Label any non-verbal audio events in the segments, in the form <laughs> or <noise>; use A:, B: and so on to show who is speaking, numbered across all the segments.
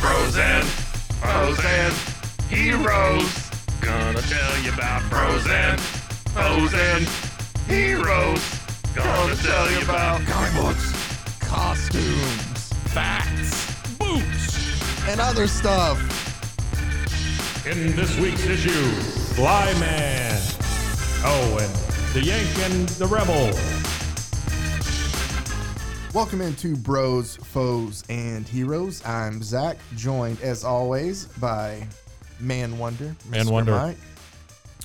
A: Frozen, frozen, heroes. Gonna tell you about frozen, frozen, heroes. Gonna tell you about
B: comic books, costumes,
A: facts, boots.
B: and other stuff.
A: In this week's issue, Fly Man. Oh, and the Yank and the Rebel.
B: Welcome into Bros, Foes, and Heroes. I'm Zach, joined as always by Man Wonder.
C: Man
B: Mr.
C: Wonder.
B: Mike.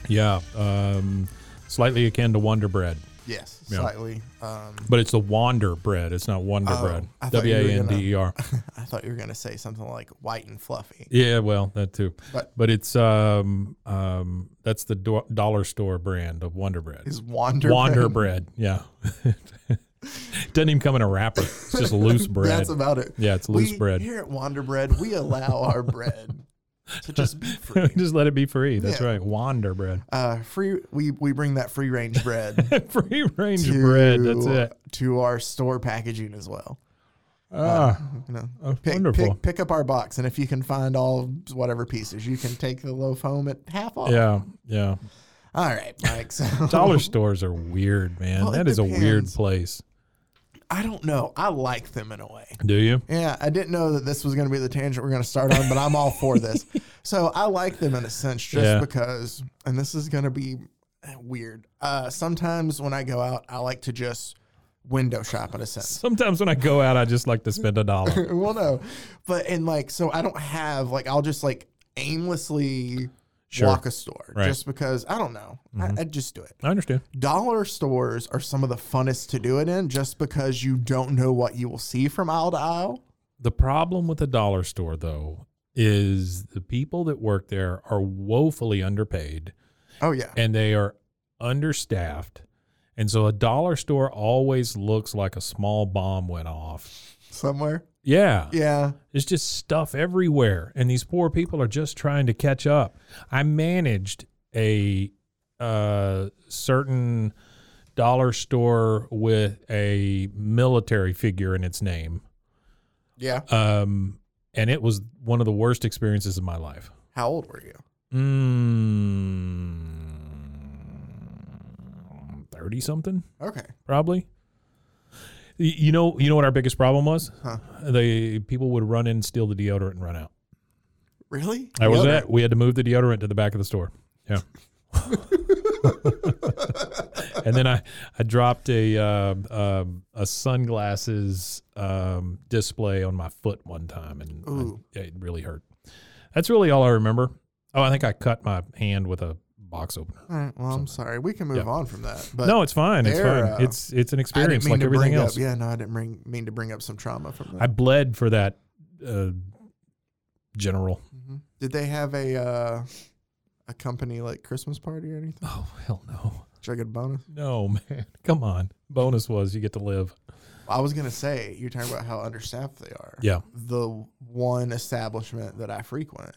C: Yeah, um, slightly akin to Wonder Bread,
B: Yes,
C: Yeah.
B: slightly. Um, <laughs>
C: but it's the Wander Bread. It's not Wonder
B: Oh,
C: Bread.
B: I thought you
C: W
B: were
C: a n d e r.
B: I thought you were going to say something like white and fluffy.
C: Yeah, well, that too.
B: But-
C: But, it's um um that's the do- dollar store brand of Wonder Bread.
B: Is Wander
C: Wander bread. Yeah. <laughs> Doesn't even come in a wrapper. It's just loose bread.
B: <laughs> That's
C: <laughs>
B: about it.
C: Yeah, it's loose
B: we,
C: bread.
B: Here at Wander Bread, we allow our
C: <laughs>
B: bread to just be free.
C: just let it be free. That's
B: Yeah.
C: right. Wander
B: <laughs>
C: bread. <laughs>
B: Uh, free. We we bring that free range bread
C: free range
B: to
C: bread. That's it.
B: to our store packaging as well.
C: Ah,
B: uh, You know,
C: oh,
B: pick,
C: wonderful.
B: pick pick up our box, and if you can find all whatever pieces, you can take the loaf home at half off.
C: Yeah, yeah.
B: All right, Mike.
C: <laughs>
B: So
C: Dollar stores are weird, man.
B: Well, it
C: that is a weird
B: depends.
C: place.
B: I don't know. I like them in a way.
C: Do you?
B: Yeah, I didn't know that this was going to be the tangent we're going to start on, but I'm all for
C: <laughs>
B: this. So I like them in a sense just
C: Yeah.
B: because, and this is going to be eh, weird. Uh, sometimes when I go out, I like to just window shop in a sense.
C: Sometimes when I go out, I just like to spend a
B: <laughs>
C: dollar.
B: well, no, but and like, so I don't have like, I'll just like aimlessly
C: Sure.
B: walk a store
C: Right. Mm-hmm.
B: just because I don't know. I, I just do it.
C: I understand.
B: Dollar stores are some of the funnest to do it in just because you don't know what you will see from aisle to aisle.
C: The problem with the dollar store, though, is the people that work there are woefully underpaid.
B: Oh, yeah.
C: and they are understaffed. And so a dollar store always looks like a small bomb went off.
B: Somewhere.
C: Yeah.
B: Yeah.
C: It's just stuff everywhere. And these poor people are just trying to catch up. I managed a uh, certain dollar store with a military figure in its name.
B: Yeah.
C: Um, and it was one of the worst experiences of my life. Hmm,
B: How old were you?
C: Mm, 30 something?
B: Okay.
C: probably. Y- You know, you know what our biggest problem was?
B: Huh.
C: The people would run in, steal the deodorant, and run out.
B: Really?
C: That was
B: Yeah.
C: it. We had to move the deodorant to the back of the store. Yeah. <laughs> and then I, I dropped a uh, um, a sunglasses um, display on my foot one time, and I-
B: Ooh.
C: it really hurt. That's really all I remember. Oh, I think I cut my hand with a box opener.
B: All right. Well, I'm sorry. We can move
C: Yeah.
B: on from that. But
C: no, it's fine. It's
B: they're,
C: fine.
B: uh,
C: it's it's an
B: I didn't
C: experience
B: mean
C: like
B: to
C: everything
B: bring
C: else.
B: Up, yeah. No, I didn't bring, mean to bring up some trauma from that.
C: I bled for that uh, general.
B: Mhm. Did they have a uh, a company like Christmas party or anything?
C: Oh hell no,
B: Should I get a bonus?
C: no <laughs> man, come on. Bonus was you get to live.
B: I was gonna say you're talking about how understaffed they are.
C: Yeah.
B: The one establishment that I frequent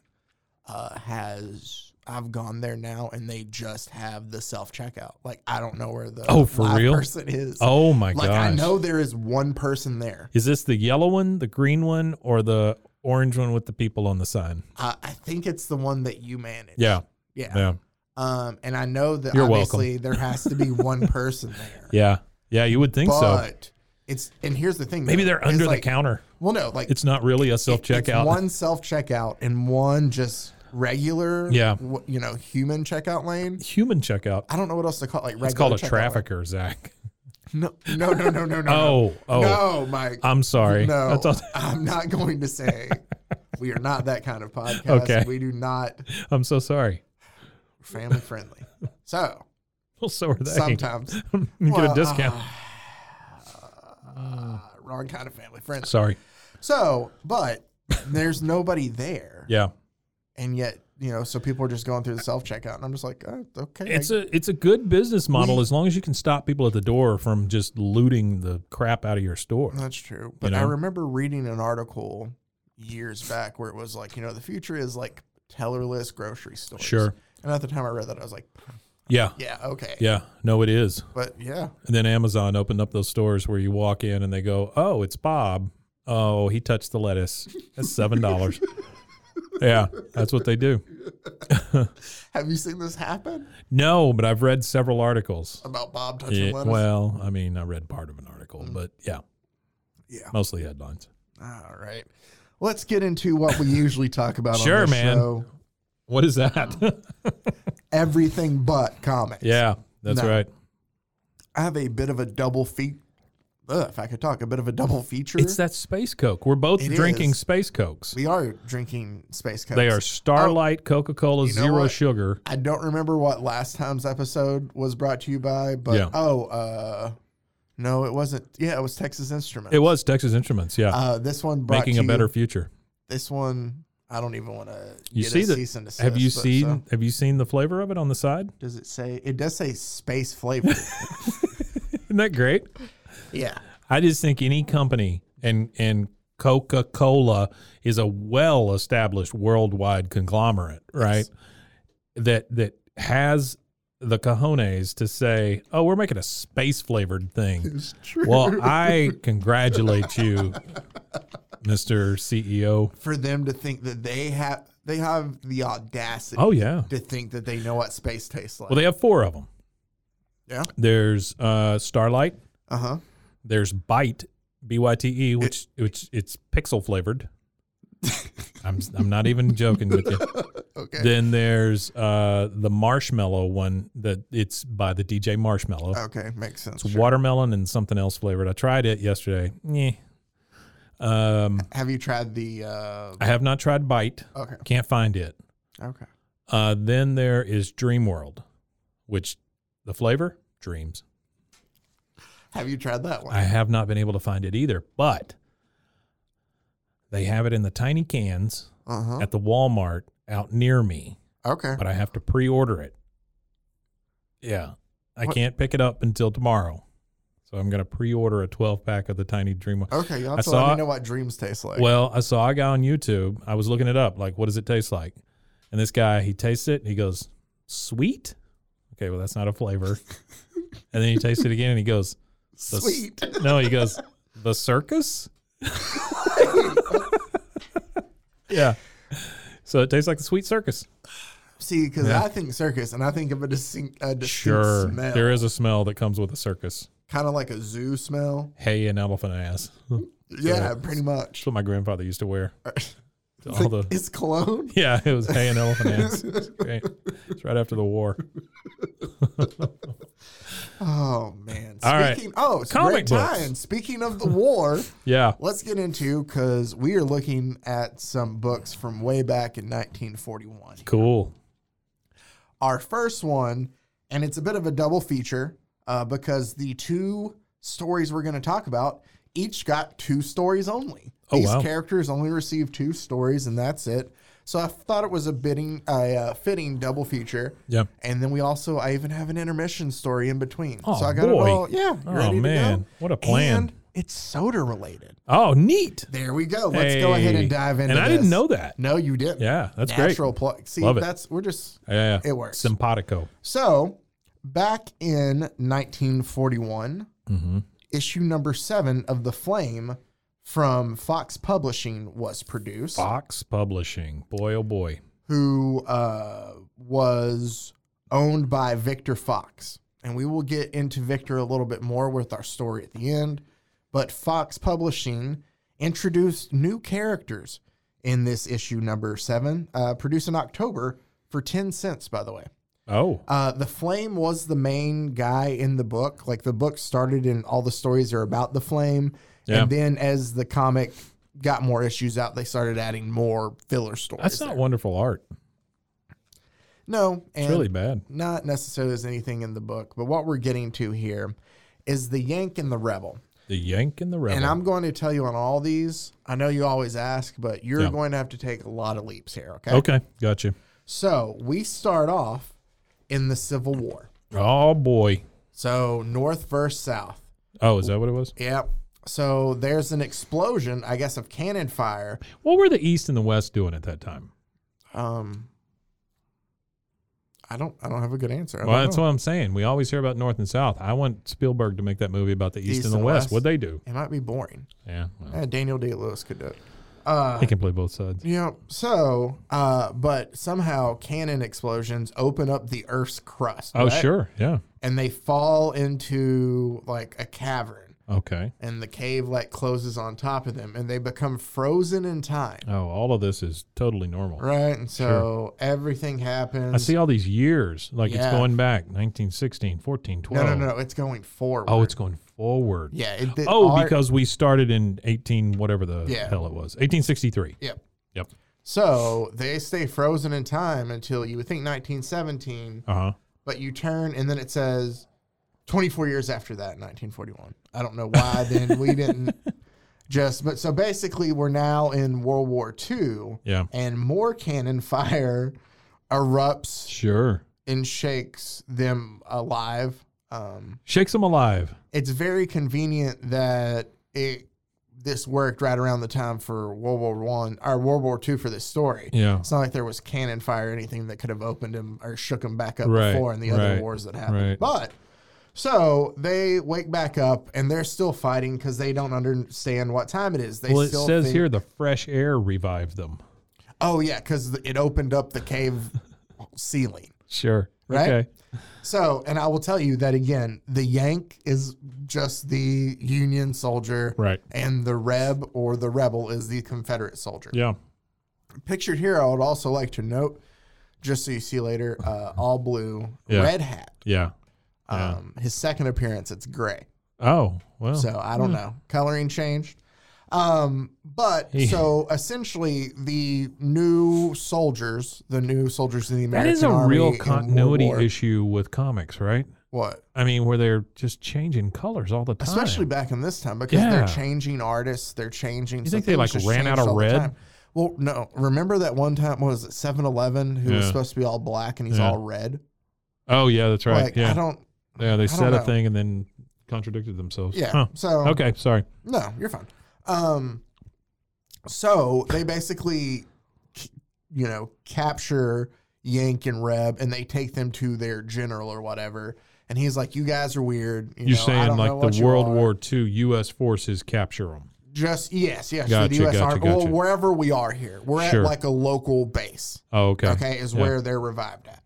B: uh, has. I've gone there now, and they just have the self checkout. Like I don't know where the
C: Oh, for
B: live
C: real?
B: person is.
C: Oh my
B: like
C: gosh.
B: I know there is one person there.
C: Is this the yellow one, the green one, or the orange one with the people on the sign?
B: I, I think it's the one that you manage.
C: Yeah,
B: yeah.
C: yeah,
B: Um, and I know that
C: You're welcome.
B: obviously there has to be
C: <laughs>
B: one person there.
C: yeah, yeah. You would think so.
B: but it's and here's the thing.
C: Maybe
B: though,
C: they're
B: is,
C: under
B: like-
C: the counter.
B: Well, no, like
C: It's not really a
B: It's
C: self checkout.
B: one self checkout and one just regular.
C: Yeah.
B: w- you know, human checkout lane.
C: Human checkout.
B: I don't know what else to call it. Like regular
C: It's called a
B: checkout lane.
C: trafficker, Zach.
B: No, no, no, no, no, no.
C: <laughs> Oh,
B: no.
C: oh.
B: no, Mike.
C: I'm sorry.
B: No,
C: That's all-
B: <laughs> I'm not going to
C: <laughs>
B: say. we are not that kind of podcast.
C: Okay.
B: We do not
C: I'm so sorry. <laughs>
B: family friendly. So
C: Well, so are they.
B: Sometimes.
C: <laughs> you get
B: Well,
C: a discount.
B: Uh, wrong kind of family friends.
C: Sorry.
B: So, but there's nobody there.
C: <laughs> Yeah.
B: And yet, you know, so people are just going through the self checkout. And I'm just like, oh, okay.
C: It's a it's a good business model as long as you can stop people at the door from just looting the crap out of your store.
B: That's true. But I
C: know?
B: remember reading an article years back where it was like, you know, the future is like tellerless grocery stores.
C: Sure.
B: And at the time I read that, I was like,
C: Yeah.
B: yeah, okay.
C: Yeah. No, it is.
B: But yeah,
C: And then Amazon opened up those stores where you walk in and they go, "Oh, it's Bob. Oh, he touched the lettuce. That's
B: <laughs>
C: seven dollars." yeah, that's what they do.
B: have you seen this happen
C: No, but I've read several articles.
B: about Bob touching
C: Yeah,
B: lettuce? Mm.
C: well, I mean, I read part of an article, but yeah,
B: yeah.
C: mostly headlines.
B: All right. Let's get into what we usually talk about
C: Sure,
B: on this
C: man.
B: show.
C: What is that?
B: Um, Everything but comics.
C: <laughs> yeah, that's
B: No.
C: right.
B: I have a bit of a double feat. Ugh, if I could talk, a bit of a double feature.
C: It's that space coke. We're both
B: It
C: drinking
B: is.
C: space cokes.
B: we are drinking space cokes.
C: They are Starlight, Coca Cola,
B: You know
C: zero
B: what?
C: sugar.
B: I don't remember what last time's episode was brought to you by, but
C: Yeah.
B: oh, uh, no, it wasn't. Yeah, it was Texas Instruments.
C: It was Texas Instruments. Yeah,
B: Uh, this one brought
C: making
B: to
C: a better
B: You,
C: future.
B: this one, I don't even want to.
C: You
B: get
C: see
B: a
C: the-
B: cease and desist,
C: Have you
B: but
C: seen?
B: so-
C: Have you seen the flavor of it on the side? <laughs>
B: does it say? It does say space flavor.
C: Isn't that great?
B: yeah.
C: I just think any company and and Coca Cola is a well established worldwide conglomerate, right? That that has the cojones to say, "Oh, we're making a space flavored thing."
B: <laughs> It's true.
C: Well, I congratulate you, Mister E CEO.
B: For them to think that they have, they have the audacity.
C: Oh yeah.
B: To think that they know what space tastes like.
C: Well, they have four of them.
B: yeah.
C: There's uh, Starlight.
B: Uh huh.
C: There's Bite, B Y T E, which which it's
B: <laughs>
C: pixel flavored. I'm I'm not even joking with you.
B: Okay.
C: Then there's uh, the marshmallow one that it's by the DJ Marshmallow.
B: okay. Makes sense.
C: it's
B: Oh, Sure.
C: watermelon and something else flavored. I tried it yesterday. Nyeh. Um,
B: Have you tried the? Uh,
C: I have not tried Bite.
B: okay.
C: Can't find it.
B: Okay.
C: Uh, then there is Dream World, which the flavor dreams.
B: Have you tried that one?
C: I have not been able to find it either, but they have it in the tiny cans
B: Uh huh.
C: at the Walmart out near me,
B: Okay.
C: but I have to pre order it. Yeah. I
B: What-
C: can't pick it up until tomorrow. So I'm going to pre order a 12 pack of the tiny dream. World.
B: Okay. You
C: I
B: also
C: saw
B: let
C: it-
B: me know what dreams taste like.
C: Well, I saw a guy on YouTube. I was looking it up, like, what does it taste like? And this guy, he tastes it and he goes, sweet. Okay, well, that's not
B: <laughs>
C: a flavor. and then he tastes it again and he goes, the s-
B: Sweet. <laughs>
C: No, he goes, the circus? yeah. So it tastes like the sweet circus.
B: See, because
C: Yeah.
B: I think circus, and I think of a distinct, a distinct
C: Sure.
B: smell.
C: There is a smell that comes with a circus.
B: kind of like a zoo smell.
C: Hay and elephant ass. That's
B: Yeah,
C: Yeah.
B: pretty much.
C: what my grandfather used
B: <laughs>
C: to wear.
B: It's,
C: All
B: like-
C: the
B: it's cologne.
C: yeah, it was hay and elephant ass. It's great. It's right after the war.
B: Oh man!
C: All right.
B: Speaking, oh, it's
C: Comic
B: great
C: books.
B: time. Speaking of the war,
C: <laughs> Yeah.
B: let's get into because we are looking at some books from way back in 1941.
C: Cool.
B: our first one, and it's a bit of a double feature uh, because the two stories we're going to talk about each got two stories only.
C: Oh,
B: These
C: wow.
B: characters only received two stories, and that's it. So I thought it was a bidding, a uh, fitting double feature.
C: Yeah.
B: And then we also, I even have an intermission story in between. so
C: Oh,
B: I got
C: boy.
B: it all. Yeah. you
C: Oh,
B: ready to go?
C: man. What a plan.
B: And it's soda related.
C: Oh, neat.
B: There we go. Let's go ahead
C: Hey.
B: and dive into
C: And I didn't
B: this.
C: know that.
B: No, you didn't.
C: Yeah, that's great.
B: Natural plug. See,
C: Love it.
B: that's, we're just,
C: Yeah.
B: It works.
C: Simpatico.
B: so, back in 1941, issue number seven of The Flame from Fox Publishing was produced,
C: Fox Publishing. Boy, oh boy.
B: who uh, was owned by Victor Fox. And we will get into Victor a little bit more with our story at the end. But Fox Publishing introduced new characters in this issue number seven, uh, produced in October for 10 cents, by the way.
C: Oh,
B: Uh, the Flame was the main guy in the book. Like the book started, and all the stories are about the Flame.
C: Yeah.
B: And then as the comic got more issues out, they started adding more filler stories.
C: that's not
B: there.
C: wonderful art.
B: No, and
C: It's really bad.
B: not necessarily as anything in the book, but what we're getting to here is the Yank and the Rebel.
C: The Yank and the Rebel.
B: And I'm going to tell you on all these. I know you always ask, but you're
C: Yeah.
B: going to have to take a lot of leaps here. Okay.
C: okay, got you.
B: So we start off in the Civil War.
C: Oh boy.
B: So North versus South.
C: Oh, is that what it was?
B: Yep. So there's an explosion, I guess, of cannon fire.
C: What were the East and the West doing at that time?
B: Um, I don't. I don't have a good answer. I
C: Well,
B: don't
C: that's
B: know.
C: what I'm saying. We always hear about North and South. I want Spielberg to make that movie about the East, and the West. What'd they do?
B: It might be boring.
C: Yeah, well,
B: Eh, Daniel Day Lewis could do it.
C: he can play both sides.
B: Yeah. So, uh, but somehow cannon explosions open up the Earth's crust.
C: Oh,
B: right?
C: sure. Yeah.
B: And they fall into like a cavern,
C: Okay.
B: and the cave like closes on top of them, and they become frozen in time.
C: Oh, all of this is totally normal.
B: Right. And so everything happens.
C: I see all these years. Like it's
B: Yeah.
C: going back 1916, 14, 12.
B: No, no, no. It's going forward.
C: Oh, it's going forward.
B: yeah. It, it-
C: Oh,
B: our-
C: because we started in 18, whatever the
B: Yeah.
C: hell it was. 1863.
B: Yep.
C: Yep.
B: So they stay frozen in time until you would think 1917,
C: Uh huh.
B: but you turn and then it says 24 years after that, 1941. I don't know why then
C: <laughs>
B: we didn't just, but so basically we're now in World War II
C: Yeah.
B: and more cannon fire erupts
C: Sure.
B: and shakes them alive. Um,
C: Shakes them alive.
B: it's very convenient that it this worked right around the time for World War One or World War Two for this story.
C: Yeah.
B: It's not like there was cannon fire or anything that could have opened him or shook him back up
C: Right,
B: before in the other
C: right,
B: wars that happened.
C: right.
B: But so they wake back up and they're still fighting because they don't understand what time it is. They
C: Well, it
B: still
C: says
B: think-
C: here the fresh air revived them.
B: Oh yeah, because it opened up the cave <laughs> ceiling.
C: Sure.
B: Right?
C: Okay.
B: So, and I will tell you that again, the Yank is just the Union soldier.
C: Right.
B: And the Reb or the Rebel is the Confederate soldier.
C: Yeah.
B: Pictured here, I would also like to note, just so you see later, uh, all blue,
C: Yeah.
B: red hat.
C: Yeah. Yeah.
B: Um, His second appearance, it's gray.
C: Oh, well.
B: So I don't know. Coloring changed. Um, but
C: Yeah.
B: so essentially, the new soldiers, the new soldiers in the
C: that
B: American
C: is a
B: Army in
C: real
B: World
C: continuity
B: War-
C: issue with comics, right?
B: What?
C: I mean, where they're just changing colors all the time.
B: especially back in this time because
C: Yeah.
B: they're changing artists they're changing
C: You
B: so
C: think they,
B: things
C: like,
B: just
C: ran out
B: changed
C: of
B: all the
C: red?
B: time. well no remember that one time what was it 7-eleven who was
C: Yeah.
B: supposed to be all black and he's
C: Yeah.
B: all red
C: Oh, yeah, that's right.
B: like
C: yeah.
B: i don't
C: yeah, they
B: don't
C: said a
B: know.
C: thing and then contradicted themselves.
B: yeah
C: Huh.
B: so
C: Okay, sorry.
B: no you're fine um so they basically c- you know capture yank and reb and they take them to their general or whatever and he's like you guys are weird you
C: You're
B: know, I
C: saying
B: don't know
C: like
B: what
C: the
B: you
C: World
B: are."
C: War II U.S. forces capture them.
B: Just yes, yes.
C: Gotcha,
B: the U.S.
C: gotcha,
B: Army,
C: gotcha.
B: or wherever we are here, we're
C: Sure.
B: at like a local base.
C: Oh, okay.
B: Okay, is
C: Yeah.
B: where they're revived at.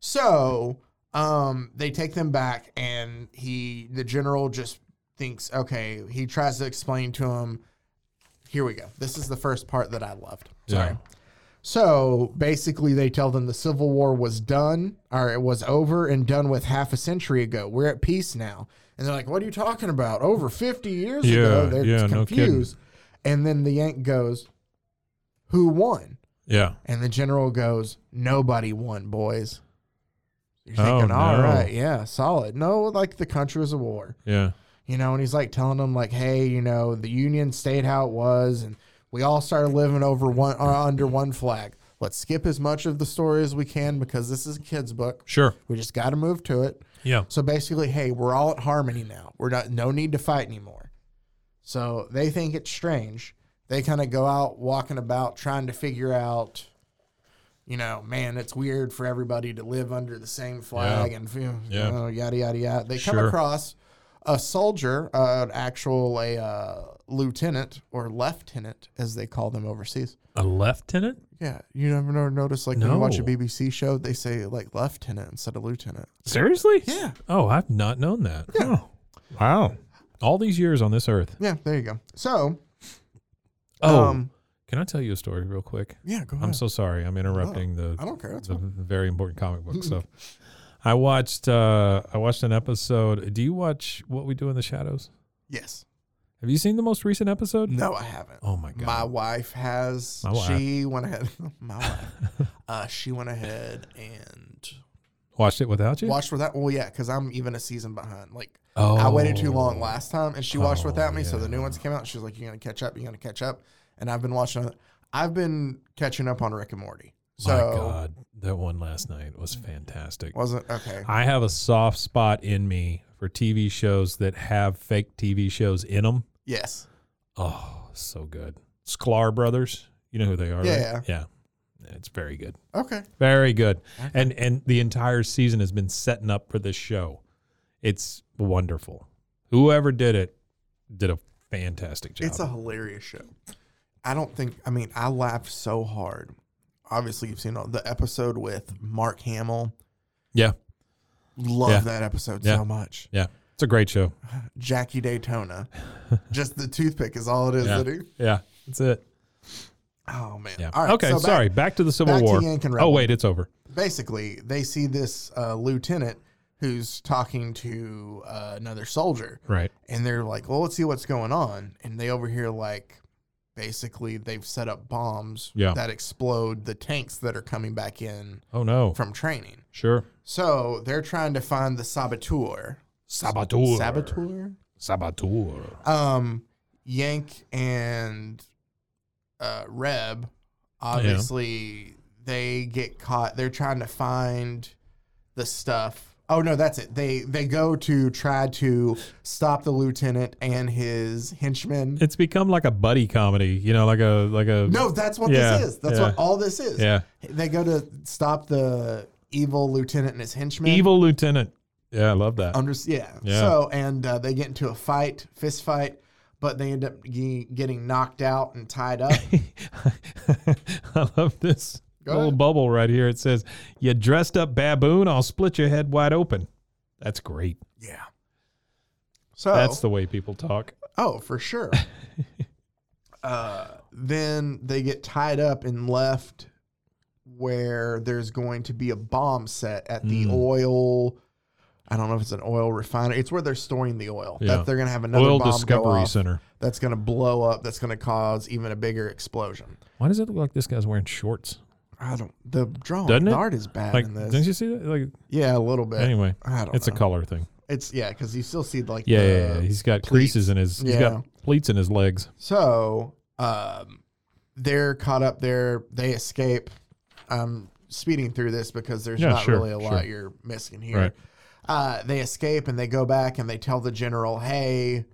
B: So um, they take them back, and he, the general, just thinks, okay. He tries to explain to him. Here we go. This is the first part that I loved. Sorry.
C: Yeah.
B: So basically, they tell them the Civil War was done, or it was over and done with half a century ago. We're at peace now. And they're like, what are you talking about? Over 50 years ago?
C: Yeah,
B: They're
C: yeah, no kidding.
B: confused. and then the Yank goes, who won?
C: Yeah.
B: And the general goes, nobody won, boys. You're
C: Oh,
B: thinking, all
C: no.
B: right, yeah, solid. No, like the country was a war
C: Yeah.
B: you know, and he's like telling them like, hey, you know, the Union stayed how it was, and we all started living over one or under one flag. Let's skip as much of the story as we can because this is a kid's book.
C: Sure.
B: We just got to move to it.
C: Yeah.
B: So basically, hey, we're all at harmony now. We're not no need to fight anymore. So they think it's strange. They kind of go out walking about trying to figure out, you know, man, it's weird for everybody to live under the same flag and you
C: Yeah.
B: know, yada yada yada. They
C: Sure.
B: come across a soldier, uh, an actual a uh, lieutenant or lieutenant as they call them overseas.
C: A lieutenant?
B: Yeah, you never never notice like when you watch a
C: No.
B: BBC show, they say like lieutenant instead of lieutenant.
C: Seriously?
B: Yeah.
C: Oh, I've not known that.
B: Yeah.
C: Oh. Wow. All these years on this earth.
B: Yeah, there you go. So,
C: Oh,
B: um,
C: can I tell you a story real quick?
B: yeah, go ahead.
C: I'm so sorry. I'm interrupting the
B: I don't care. That's
C: the very important
B: <laughs>
C: comic book stuff. I watched uh I watched an episode. Do you watch What We Do in the Shadows?
B: Yes.
C: Have you seen the most recent episode?
B: No, I haven't.
C: Oh my god.
B: My wife has.
C: My wife. <laughs>
B: She went ahead. <laughs> my wife. Uh, she went ahead and
C: Watched it without you?
B: watched for that. Well, yeah, because I'm even a season behind. Like
C: oh,
B: I waited too long last time, and she watched
C: Oh,
B: without me. So the new
C: yeah.
B: ones came out. She was like, "You're gonna catch up. You're gonna catch up." And I've been watching. other- I've been catching up on Rick and Morty. So
C: My God, that one last night was fantastic.
B: wasn't okay.
C: I have a soft spot in me for TV shows that have fake TV shows in them.
B: Yes.
C: Oh, so good. Sklar Brothers. You know who they are,
B: Yeah,
C: right? Yeah. It's very good.
B: Okay.
C: Very good. And and the entire season has been setting up for this show. It's wonderful. Whoever did it did a fantastic job.
B: It's a hilarious show. I don't think. I mean, I laughed so hard. Obviously, you've seen all- the episode with Mark Hamill.
C: yeah.
B: Love
C: Yeah.
B: that episode
C: Yeah.
B: so much.
C: Yeah. It's a great show.
B: Jackie
C: <laughs>
B: Daytona, just the toothpick is all it is.
C: Yeah.
B: that he-
C: Yeah. That's it.
B: Oh man.
C: Yeah.
B: All right.
C: okay,
B: so back-
C: sorry. Back, to the Civil
B: back to
C: War.
B: Yank and
C: oh,
B: Rebel.
C: wait, it's over.
B: basically they see this uh, lieutenant who's talking to uh, another soldier
C: Right.
B: and they're like well let's see what's going on and they overhear like basically they've set up bombs
C: Yeah.
B: that explode the tanks that are coming back in
C: Oh, no.
B: from training
C: sure.
B: so they're trying to find the saboteur
C: Saboteur.
B: saboteur
C: Saboteur.
B: um yank and uh reb obviously they get caught they're trying to find the stuff oh no that's it they they go to try to stop the lieutenant and his henchmen
C: It's become like a buddy comedy, you know, like a like a
B: no that's what
C: Yeah,
B: this is that's
C: yeah.
B: what all this is
C: yeah
B: they go to stop the evil lieutenant and his henchmen
C: evil lieutenant. Yeah, I love that.
B: Under, yeah.
C: Yeah.
B: So and uh, they get into a fight, fist fight, but they end up ge- getting knocked out and tied
C: <laughs>
B: up.
C: <laughs> I love this
B: Go
C: little
B: ahead.
C: bubble right here. It says, "You dressed up baboon, I'll split your head wide open." That's great.
B: yeah. So
C: That's the way people talk.
B: oh for
C: <laughs>
B: sure. uh, then they get tied up and left where there's going to be a bomb set at the
C: Mm.
B: oil. I don't know if it's an oil refinery. It's where they're storing the oil.
C: Yeah.
B: That they're going to have another
C: Oil
B: bomb go
C: Discovery
B: off
C: Center.
B: that's going to blow up. That's going to cause even a bigger explosion.
C: Why does it look like this guy's wearing shorts?
B: I don't. The drawing,
C: Doesn't
B: the
C: it?
B: art is bad
C: Like,
B: in
C: didn't
B: this.
C: you see that? Like,
B: yeah, a little bit.
C: anyway,
B: I don't.
C: it's a
B: know.
C: color thing.
B: It's yeah, because you still see like
C: Yeah,
B: the-
C: yeah, yeah. he's got creases in his. He's
B: Yeah.
C: got pleats in his legs.
B: So, um, they're caught up there. They escape. I'm speeding through this because there's
C: Yeah,
B: not
C: sure,
B: really a lot
C: sure.
B: you're missing here.
C: Right.
B: Uh, they escape and they go back and they tell the general, "Hey,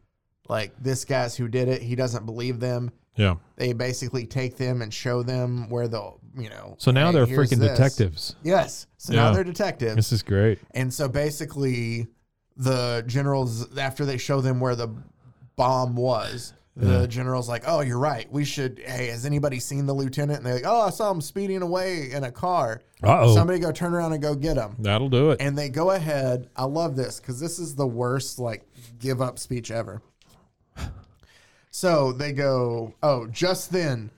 B: like this guy's who did it. He doesn't believe them."
C: Yeah.
B: They basically take them and show them where the you know.
C: So now
B: "Hey,
C: they're
B: here's
C: freaking
B: this."
C: detectives.
B: Yes. So now
C: Yeah.
B: they're detectives.
C: This is great.
B: And so basically, the generals, after they show them where the bomb was, the general's like, oh, you're right. We should, hey, has anybody seen the lieutenant? And they're like, oh, I saw him speeding away in a car.
C: Uh oh.
B: Somebody go turn around and go get him.
C: That'll do it.
B: And they go ahead. I love this because this is the worst, like, give up speech ever. So they go, oh, just then.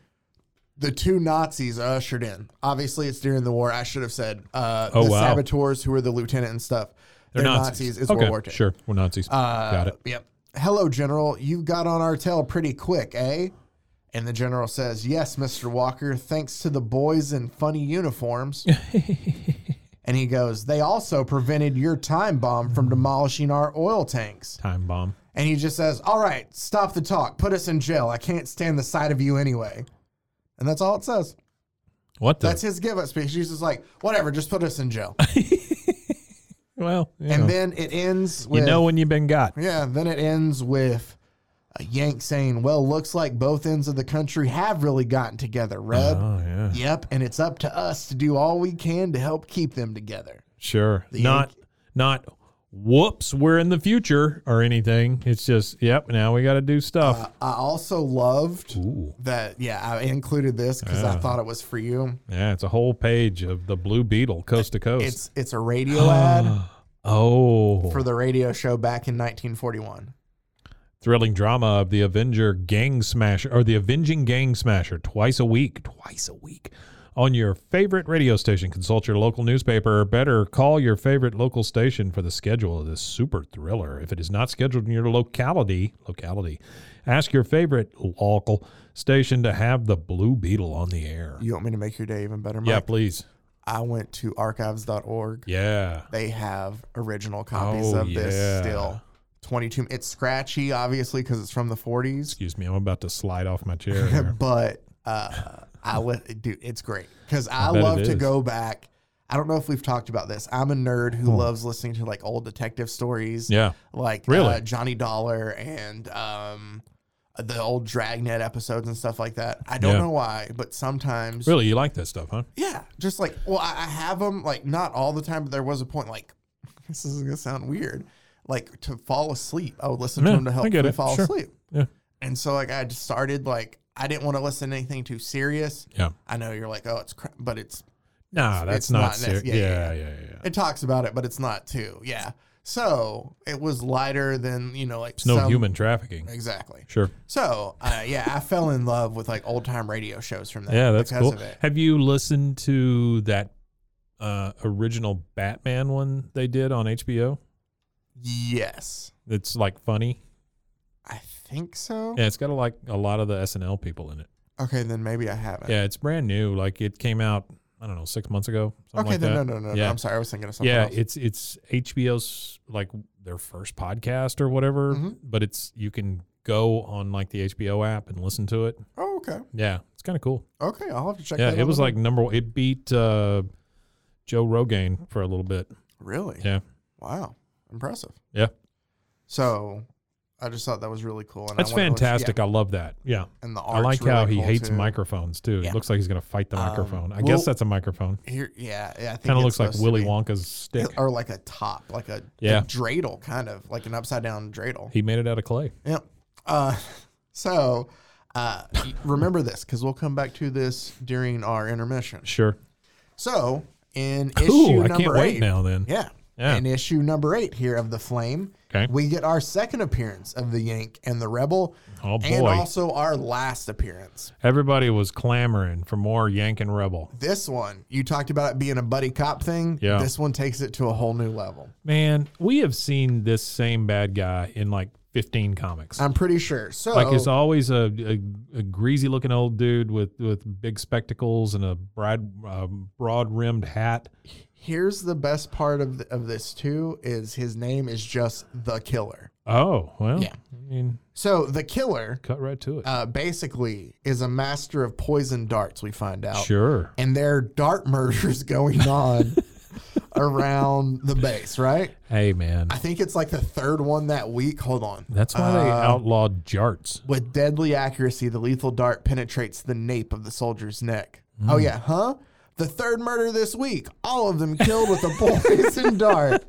B: The two Nazis are ushered in. Obviously, it's during the war. I should have said uh,
C: Oh,
B: the
C: wow.
B: saboteurs who are the lieutenant and stuff. They're, Nazis. It's
C: okay,
B: World War II.
C: Sure, we're Nazis.
B: Uh,
C: Got it.
B: Yep. Hello, General. You got on our tail pretty quick, eh? And the general says, Yes, Mr. Walker, thanks to the boys in funny
C: <laughs>
B: uniforms. and he goes, They also prevented your time bomb from demolishing our oil tanks.
C: Time bomb.
B: And he just says, All right, stop the talk. Put us in jail. I can't stand the sight of you anyway. And that's all it says.
C: What the?
B: That's his give up speech. He's just like, Whatever, just put us in
C: <laughs>
B: jail.
C: well, you know,
B: and then it ends with.
C: you know when you've been got.
B: Yeah, then it ends with a Yank saying, Well, looks like both ends of the country have really gotten together, Reb.
C: Oh yeah,
B: Yep, and it's up to us to do all we can to help keep them together.
C: sure. Not not. Whoops, we're in the future or anything. It's just yep. Now we got to do stuff.
B: I also loved
C: Ooh,
B: that. Yeah, I included this because I thought it was for you.
C: yeah. It's a whole page of the Blue Beetle, coast to coast.
B: It's it's a
C: <gasps>
B: radio ad
C: oh,
B: for the radio show back in 1941.
C: thrilling drama of the Avenger gang smasher or the Avenging gang smasher twice a week. Twice a week. on your favorite radio station. Consult your local newspaper, or better call your favorite local station for the schedule of this super thriller. If it is not scheduled in your locality, locality, ask your favorite local station to have the Blue Beetle on the air.
B: You want me to make your day even better, Mike?
C: Yeah, please.
B: I went to archives.org.
C: Yeah.
B: They have original copies
C: Oh,
B: of
C: yeah.
B: this still. 22. It's scratchy, obviously, because it's from the 40s.
C: Excuse me, I'm about to slide off my
B: <laughs>
C: chair. here.
B: but uh, I would, dude, it's great because I,
C: bet it
B: love to
C: is.
B: go back. I don't know if we've talked about this. I'm a nerd who loves listening to like old detective stories,
C: Hmm. yeah.
B: like
C: Really?
B: uh, Johnny Dollar and um, the old Dragnet episodes and stuff like that. I don't
C: Yeah.
B: know why, but sometimes,
C: Really, you like that stuff, huh?
B: yeah, just like well, I, I have them like not all the time, but there was a point like <laughs> this is gonna sound weird, like to fall asleep. I would listen
C: Yeah,
B: to them to
C: I
B: help
C: get
B: me
C: it.
B: fall
C: Sure.
B: asleep.
C: Yeah.
B: And so like I just started like I didn't want to listen to anything too serious.
C: Yeah.
B: I know you're like, oh, it's crap, but it's
C: Nah, that's
B: it's
C: not,
B: not
C: serious.
B: nec-
C: Yeah
B: yeah,
C: yeah yeah,
B: yeah,
C: yeah,
B: it talks about it, but it's not too. Yeah. So it was lighter than you know, like
C: It's no
B: some-
C: human trafficking.
B: Exactly.
C: Sure.
B: So uh, yeah, I fell in love with like old time radio shows from that.
C: Yeah, that's
B: because
C: cool.
B: Of it.
C: Have you listened to that uh, original Batman one they did on HBO?
B: Yes,
C: It's like funny.
B: I think so.
C: Yeah, it's got a, like a lot of the SNL people in it.
B: Okay, then maybe I haven't.
C: Yeah, it's brand new. Like it came out, I don't know, six months ago. Something
B: Okay,
C: like
B: then
C: that.
B: no, no, no,
C: Yeah.
B: no. I'm sorry, I was thinking of something
C: yeah,
B: else.
C: it's it's HBO's like their first podcast or whatever,
B: Mhm.
C: but it's you can go on like the HBO app and listen to it.
B: oh, okay,
C: Yeah, it's kind of cool.
B: okay. I'll have to check.
C: yeah,
B: that
C: it
B: out
C: was
B: later.
C: like number one. It beat uh, Joe Rogan for a little bit.
B: really.
C: Yeah,
B: Wow, impressive.
C: yeah,
B: So, I just thought that was really cool. And
C: that's
B: I wanted to listen- yeah,
C: fantastic. I love that. Yeah,
B: and the
C: I like
B: art's really
C: how he
B: cool,
C: hates
B: too.
C: microphones too.
B: Yeah.
C: It looks like he's gonna fight the
B: Um,
C: microphone. I
B: well,
C: guess that's a microphone.
B: Here, yeah, yeah I think
C: Kind of
B: it's
C: looks like
B: supposed to
C: Willy
B: be-
C: Wonka's stick.
B: <laughs> or like a top, like a,
C: Yeah.
B: a dreidel, kind of like an upside down dreidel.
C: He made it out of clay.
B: Yep. Uh, <laughs> so, uh, remember this because we'll come back to this during our intermission.
C: Sure.
B: So, in issue
C: Ooh, I
B: number
C: can't wait
B: eight,
C: now. Then.
B: Yeah.
C: Yeah.
B: In issue number eight here of The Flame,
C: Okay.
B: we get our second appearance of the Yank and the Rebel,
C: Oh
B: and
C: boy.
B: also our last appearance.
C: Everybody was clamoring for more Yank and Rebel.
B: This one, you talked about it being a buddy cop thing.
C: Yeah.
B: This one takes it to a whole new level.
C: Man, we have seen this same bad guy in like 15 comics.
B: I'm pretty sure. So,
C: like it's always a, a, a greasy looking old dude with, with big spectacles and a broad uh, broad rimmed hat.
B: here's the best part of th- of this too is his name is just the Killer.
C: Oh well,
B: Yeah.
C: I mean,
B: So the Killer
C: cut right to it.
B: uh, basically is a master of poison darts. We find out.
C: sure.
B: and there are dart <laughs> murders going
C: <laughs>
B: on around the base, right?
C: Hey man,
B: I Uh, think it's like the third one that week. Hold on.
C: that's why they outlawed jarts.
B: With deadly accuracy, the lethal dart penetrates the nape of the soldier's neck. Oh,
C: Mm.
B: yeah, huh? The third murder this week. All of them killed with a
C: <laughs>
B: poison dart.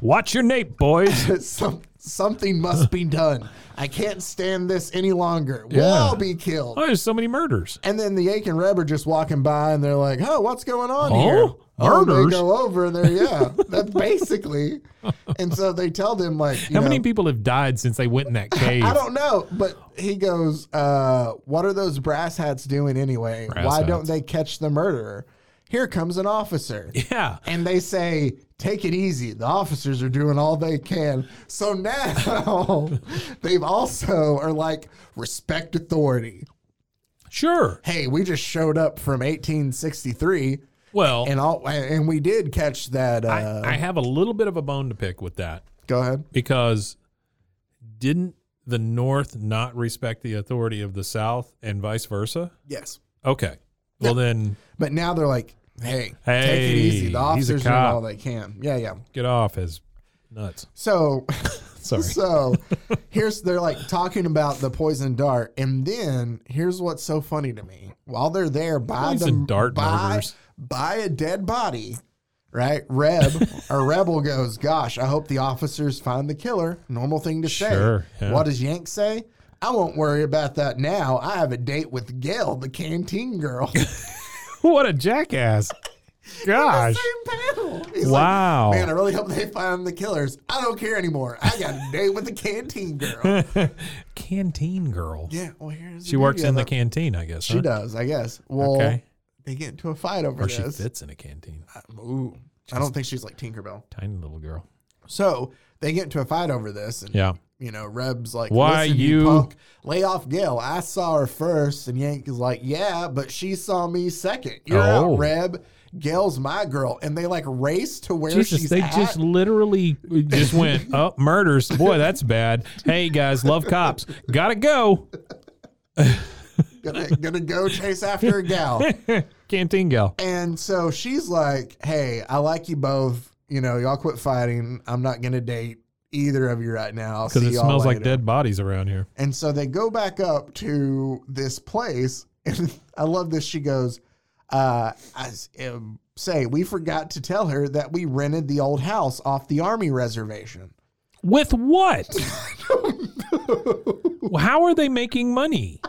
C: Watch your nape,
B: <laughs>
C: boys.
B: Some, something must be done. I can't stand this any longer. We'll
C: Yeah.
B: all be killed.
C: oh, there's so many murders.
B: And then the Aiken Reb are just walking by and they're like, oh, what's going on
C: Oh,
B: here? Oh,
C: murders.
B: they go over and they're,
C: <laughs>
B: yeah, that's basically. And so they tell them, like, you
C: How many
B: know,
C: people have died since they went in that
B: <laughs>
C: cave?
B: I don't know. But he goes, uh, what are those brass hats doing anyway?
C: Brass
B: Why
C: hats.
B: don't they catch the murderer? Here comes an officer.
C: yeah.
B: And they say, take it easy. The officers are doing all they can. So now <laughs> they've also are like, respect authority.
C: Sure.
B: Hey, we just showed up from 1863.
C: Well,
B: and all and we did catch that. Uh,
C: I, I have a little bit of a bone to pick with that
B: go ahead.
C: because didn't the North not respect the authority of the South and vice versa?
B: Yes,
C: Okay. Well, then
B: but now they're like, hey, take
C: Hey,
B: it easy.
C: he's
B: The
C: a
B: officers doing
C: cop.
B: all they can. Yeah, yeah.
C: get off his nuts.
B: So, <laughs>
C: Sorry.
B: so here's they're like talking about the poison dart, and then here's what's so funny to me. While they're there by the
C: Poison dart
B: by,
C: murders.
B: by a dead body. Right, Reb, a rebel goes. Gosh, I hope the officers find the killer. Normal thing to say.
C: Sure, yeah.
B: What does Yank say? I won't worry about that now. I have a date with Gail, the canteen girl. <laughs>
C: what a jackass. Gosh.
B: Same panel. He's
C: Wow.
B: Like, Man, I really hope they find the killers. I don't care anymore. I got a date with the canteen girl.
C: <laughs> canteen girl.
B: yeah. Well, here's
C: She works
B: beauty
C: in
B: of
C: the
B: it.
C: canteen, I guess.
B: She
C: huh?
B: does, I guess. Well,
C: Okay.
B: they get into a fight over
C: Or she
B: this.
C: fits in a canteen.
B: Ooh, I don't think she's like Tinkerbell.
C: Tiny little girl.
B: So they get into a fight over this, and
C: Yeah.
B: you know, Reb's like,
C: Why
B: "Listen,
C: you-
B: punk, lay off Gail? I saw her first, and Yank is like, yeah, but she saw me second. You're
C: Oh.
B: out, Reb. Gail's my girl, and they like race to where
C: Jesus,
B: she's
C: they
B: at. <laughs>
C: just literally just went, oh, murders. Boy, that's bad. Hey, guys, love cops. Gotta go.
B: gonna, gonna go chase after a gal.
C: <laughs> Canteen gal.
B: And so she's like, "Hey, I like you both. You know, y'all quit fighting. I'm not gonna date either of you right now. I'll <laughs>
C: Because
B: see
C: it
B: y'all
C: smells like
B: later."
C: dead bodies around here.
B: And so they go back up to this place, <laughs> and I love this. She goes, uh, I s- um, "Say, we forgot to tell her that we rented the old house off the army reservation." <laughs>
C: With what? How are they making money?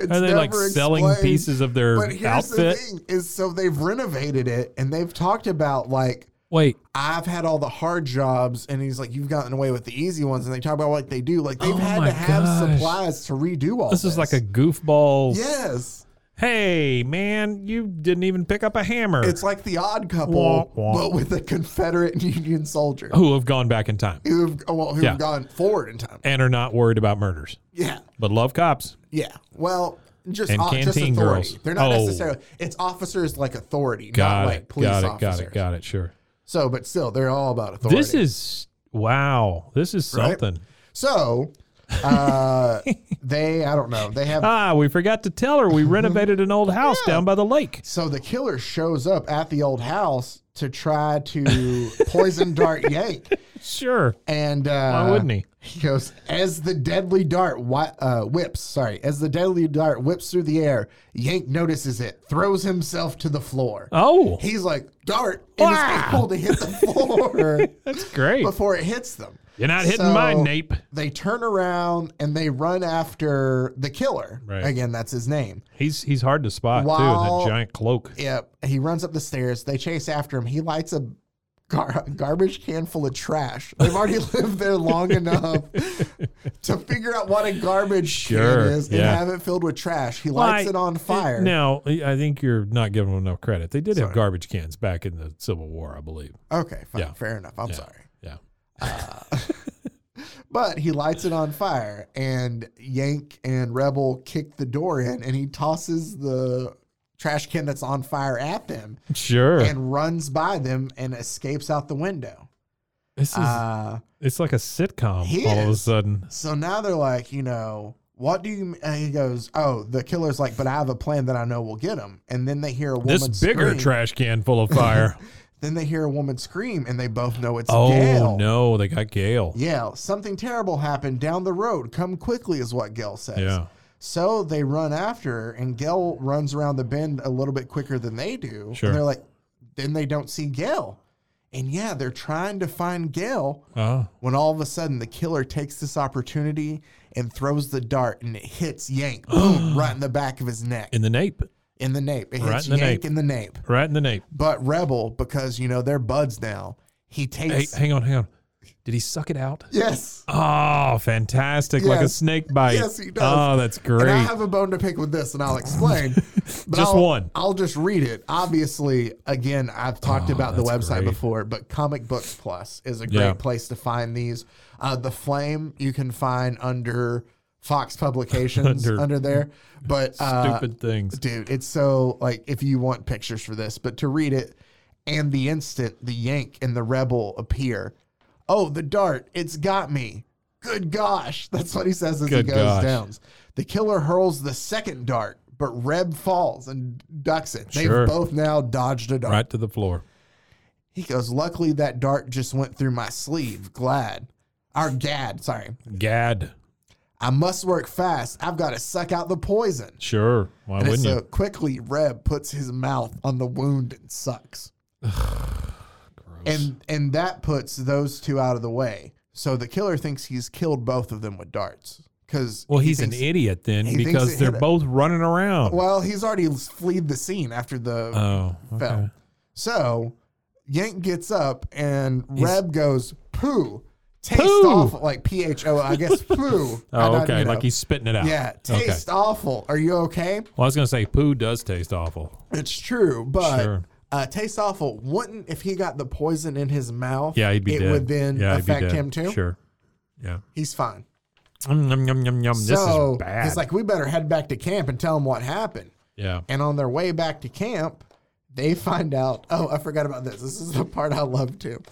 B: It's
C: Are they like
B: never
C: selling
B: explained.
C: pieces of their
B: But here's the
C: outfit?
B: thing: is so they've renovated it, and they've talked about like
C: Wait,
B: I've had all the hard jobs, and he's like, "You've gotten away with the easy ones." And they talk about like they do, like they've
C: Oh
B: had
C: my
B: to have
C: gosh.
B: supplies to redo all.
C: this is like a goofball.
B: yes.
C: Hey, man, you didn't even pick up a hammer.
B: It's like the Odd Couple,
C: Wah, wah.
B: but with a Confederate and Union soldier
C: who have gone back in time
B: who've oh, well, who've
C: Oh. Yeah.
B: gone forward in time.
C: and are not worried about murders,
B: Yeah,
C: but love cops.
B: yeah. Well, just
C: And
B: au- just
C: canteen
B: authority.
C: girls.
B: They're not
C: Oh.
B: necessarily. It's officers like authority,
C: Got
B: not
C: it.
B: like police
C: got it.
B: officers.
C: Got it. Got it. Sure.
B: So, but still, they're all about authority.
C: This is wow. This is
B: Right?
C: something.
B: so.
C: <laughs>
B: Uh, they, I don't know. They have
C: Ah, we forgot to
B: <laughs>
C: tell her we renovated an old house down by the lake.
B: So the killer shows up at the old house to try to poison dart Yank.
C: Sure.
B: And uh,
C: Why wouldn't he?
B: He goes as the deadly dart wi- uh, whips. Sorry, as the deadly dart whips through the air, Yank notices it, throws himself to the floor.
C: Oh,
B: He's like dart, and
C: Wow.
B: is able to hit the
C: <laughs>
B: floor
C: that's great.
B: before it hits them.
C: You're not hitting mine, Nape.
B: They turn around and they run after the killer.
C: Right.
B: Again, that's his name.
C: He's he's hard to spot too in
B: While-
C: that giant cloak.
B: Yep. He runs up the stairs. They chase after him. He lights a gar- garbage can full of trash. They've
C: <laughs>
B: already lived there long enough to figure out what a garbage
C: Sure,
B: can is
C: yeah.
B: and have it filled with trash. He lights
C: Why-
B: it on fire.
C: Now, I think you're not giving them enough credit. They did have garbage cans back in the Civil War, I believe.
B: Okay, fine.
C: Yeah.
B: Fair enough. I'm
C: Yeah.
B: sorry.
C: Yeah.
B: But he lights it on fire, and Yank and Rebel kick the door in, and he tosses the trash can that's on fire at them
C: Sure.
B: and runs by them and escapes out the window.
C: this is
B: Uh,
C: it's like a sitcom
B: he
C: all of a
B: is.
C: sudden.
B: So now they're like, you know, what do you? And he goes, oh, the killer's like, but I have a plan that I know will get him. And then they hear a woman.
C: This bigger
B: scream.
C: trash can full
B: <laughs>
C: of fire.
B: Then they hear a woman scream, and they both know it's
C: oh
B: Gail.
C: no, they got Gail.
B: Yeah, something terrible happened down the road. Come quickly, is what Gail says.
C: Yeah.
B: So they run after her, and Gail runs around the bend a little bit quicker than they do.
C: Sure.
B: And they're like, then they don't see Gail. And yeah, they're trying to find Gail
C: Oh.
B: when all of a sudden the killer takes this opportunity and throws the dart and it hits Yank,
C: <gasps>
B: boom, right in the back of his neck,
C: In the nape.
B: in the nape. It hits
C: Right in the
B: Yank
C: nape.
B: in the nape.
C: Right in the nape.
B: But Rebel, because you know they're buds now, he
C: Hey,
B: takes
C: hang on, hang on. Did he suck it out?
B: yes,
C: Oh, fantastic. Like a
B: Yes.
C: snake bite.
B: Yes, he does.
C: Oh, that's
B: And I
C: great.
B: have a bone to pick with this, and I'll
C: <laughs>
B: explain. But
C: Just
B: I'll-
C: one.
B: I'll just read it. Obviously, again, I've talked
C: Oh,
B: about the
C: that's
B: website
C: great.
B: before, but Comic Books Plus is a great
C: Yeah.
B: place to find these. Uh, the Flame you can find under Fox Publications
C: <laughs> Under-
B: under, there, but uh,
C: Stupid things.
B: dude, it's so like if you want pictures for this, but to read it, and the instant the Yank and the Rebel appear, oh, the dart, it's got me. Good gosh. <laughs> That's what he says as
C: Good
B: he goes
C: gosh.
B: down. The killer hurls the second dart, but Reb falls and ducks it. They've
C: Sure.
B: both now dodged a dart.
C: Right to the floor.
B: He goes, Luckily, that dart just went through my sleeve. Glad. Or gad, sorry.
C: Gad.
B: I must work fast. I've got to suck out the poison.
C: Sure. Why
B: And
C: wouldn't
B: so
C: you?
B: quickly, Reb puts his mouth on the wound and
C: <sighs>
B: sucks. And and that puts those two out of the way. So the killer thinks he's killed both of them with darts. Because
C: Well, he's an idiot then
B: he thinks
C: because
B: it
C: they're
B: hit it.
C: both running around.
B: Well, he's already fled the scene after the
C: Oh, okay.
B: fell. So Yank gets up and Reb goes, poo. Tastes
C: Poo.
B: awful. Like P H O, I
C: <laughs>
B: guess, poo. I
C: Oh,
B: don't
C: okay.
B: know.
C: Like he's spitting it out.
B: Yeah,
C: Okay.
B: tastes awful. Are you okay?
C: Well, I was gonna say poo does taste awful.
B: It's true, but
C: Sure.
B: uh, tastes awful. Wouldn't if he got the poison in his mouth?
C: Yeah, he'd be
B: it
C: dead.
B: would then
C: yeah, he'd be
B: affect
C: dead.
B: him too.
C: Sure. Yeah.
B: he's fine.
C: Yum, yum, yum, yum, yum. this
B: so
C: is bad.
B: he's like, we better head back to camp and tell him what happened.
C: yeah.
B: And on their way back to camp, they <laughs> find out. Oh, I forgot about this. This is the part I love
C: <sighs>
B: too,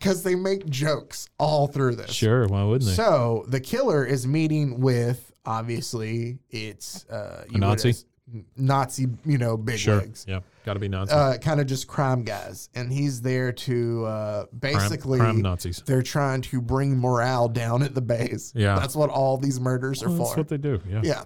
B: because they make jokes all through this.
C: Sure. Why wouldn't they?
B: So the killer is meeting with obviously it's uh, you would
C: Nazi?
B: as- Nazi, you know, bigwigs.
C: sure. Yeah. Got to be Nazi.
B: uh, kind of just crime guys, and he's there to uh, basically
C: crime Nazis.
B: They're trying to bring morale down at the base.
C: Yeah.
B: that's what all these murders are
C: Well,
B: for.
C: Oh, that's what they do. Yeah.
B: yeah,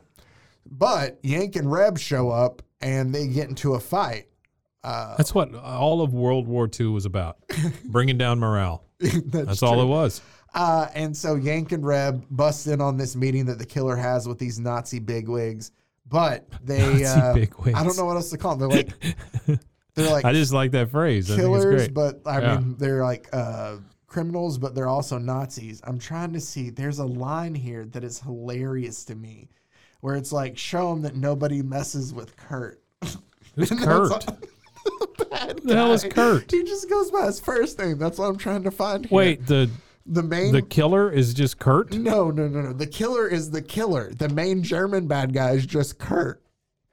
B: but Yank and Reb show up and they get into a fight. <laughs>
C: That's what all of World War II
B: <laughs>
C: was about, bringing down morale.
B: that's
C: That's all it was.
B: Uh, and so Yank and Reb bust in on this meeting that the killer has with these Nazi bigwigs. But they,
C: <laughs> Nazi
B: uh,
C: bigwigs.
B: I don't know what else to call them. They're like,
C: <laughs>
B: they're like
C: I just like that phrase. I think it's
B: killers,
C: great.
B: but I
C: Yeah.
B: mean they're like uh, criminals, but they're also Nazis. I'm trying to see. There's a line here that is hilarious to me, where it's like, "Show them that nobody messes with Kurt." <laughs>
C: Who's
B: And
C: Kurt?
B: that's <laughs> all- Bad
C: the hell is
B: guy.
C: Kurt?
B: He just goes by his first name. That's what I'm trying to find. Here.
C: Wait, the
B: the main.
C: the killer is just Kurt?
B: no, no, no, no. The killer is the killer. The main German bad guy is just Kurt.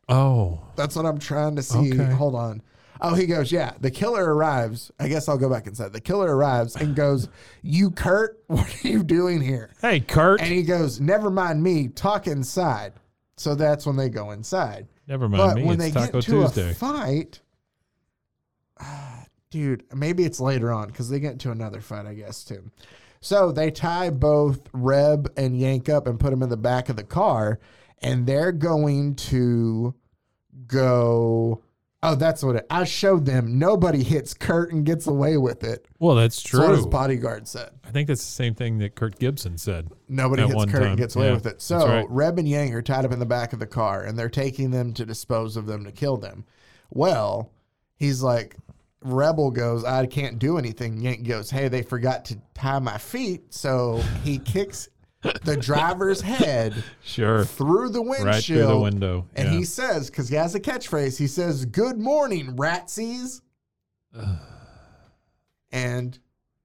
C: Oh,
B: That's what I'm trying to see.
C: Okay.
B: Hold on. Oh, he goes, yeah. The killer arrives. I guess I'll go back inside. The killer arrives and goes, "You Kurt, <laughs> what are you doing here?"
C: hey Kurt.
B: And he goes, "Never mind me. Talk inside." So that's when they go inside.
C: Never
B: but
C: mind me.
B: when
C: It's
B: they
C: Taco
B: get to
C: Tuesday.
B: a fight, ah, dude, maybe it's later on because they get into another fight, I guess too. So they tie both Reb and Yank up and put them in the back of the car, and they're going to go. Oh, that's what it. I showed them. Nobody hits Kurt and gets away with it.
C: well, that's
B: That's what his
C: true.
B: bodyguard said.
C: I think that's the same thing that Kurt Gibson said.
B: Nobody
C: At
B: hits
C: one
B: Kurt
C: time.
B: and gets away
C: Yeah,
B: with it.
C: that's
B: So
C: right.
B: Reb and Yang are tied up in the back of the car, and they're taking them to dispose of them to kill them. Well, he's like, Rebel goes, I can't do anything. Yank goes, Hey, they forgot to tie my feet, so he kicks the driver's
C: <laughs>
B: head
C: Sure.
B: through the windshield,
C: Right through the window.
B: and
C: yeah.
B: he says, because he has a catchphrase, he says, "Good morning,
C: <sighs>
B: ratsies," and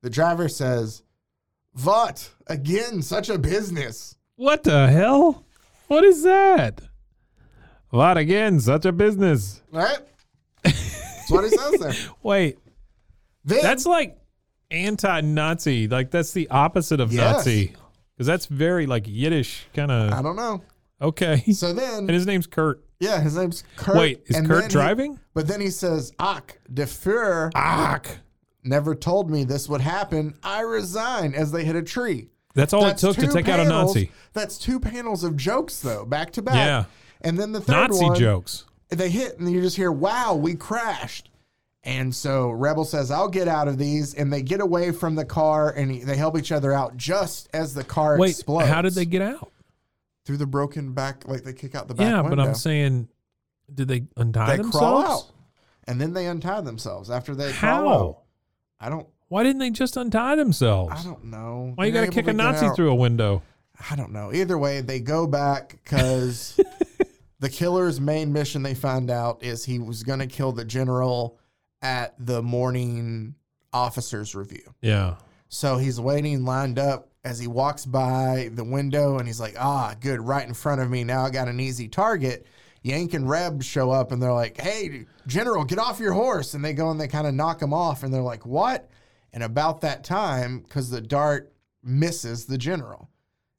B: the driver says, "What again? Such a business."
C: What the hell? What is that? What again? Such a business.
B: Right? That's what he says there.
C: <laughs> Wait,
B: Then-
C: that's like anti-Nazi. Like that's the opposite of
B: Yes.
C: Nazi, because that's very like Yiddish kind
B: I
C: of.
B: don't know.
C: Okay,
B: <laughs> So then,
C: and his name's Kurt.
B: yeah, his name's Kurt.
C: Wait, is
B: and
C: Kurt
B: then he-
C: driving?
B: but then he says, "Ach, de Fuhrer
C: Ach,
B: never told me this would happen. I resign." As they hit a tree.
C: that's all
B: That's
C: it took to
B: two
C: take out a
B: panels-
C: Nazi.
B: That's two panels of jokes though, back to back.
C: Yeah.
B: And then the third
C: Nazi
B: one,
C: jokes.
B: they hit, and you just hear, "Wow, we crashed." And so Rebel says, "I'll get out of these," and they get away from the car, and he- they help each other out just as the car
C: Wait,
B: explodes.
C: how did they get out?
B: through the broken back? Like they kick out the back
C: yeah,
B: window.
C: but I'm saying, did they
B: they
C: untie themselves?
B: crawl out, and then they untie themselves after they
C: How?
B: crawl out. I don't,
C: Why didn't they just untie themselves?
B: I don't know.
C: Why you
B: They're
C: gotta kick a
B: able to get
C: Nazi
B: out.
C: through a window?
B: I don't know. Either way, they go back because the killer's main mission they find out is he was going to kill the general at the morning officers review.
C: Yeah.
B: So he's waiting lined up as he walks by the window and he's like, ah, good, right in front of me. Now I got an easy target. Yank and Reb show up and they're like, hey, General, get off your horse. And they go and they kind of knock him off and they're like, what? And about that time, because the dart misses the general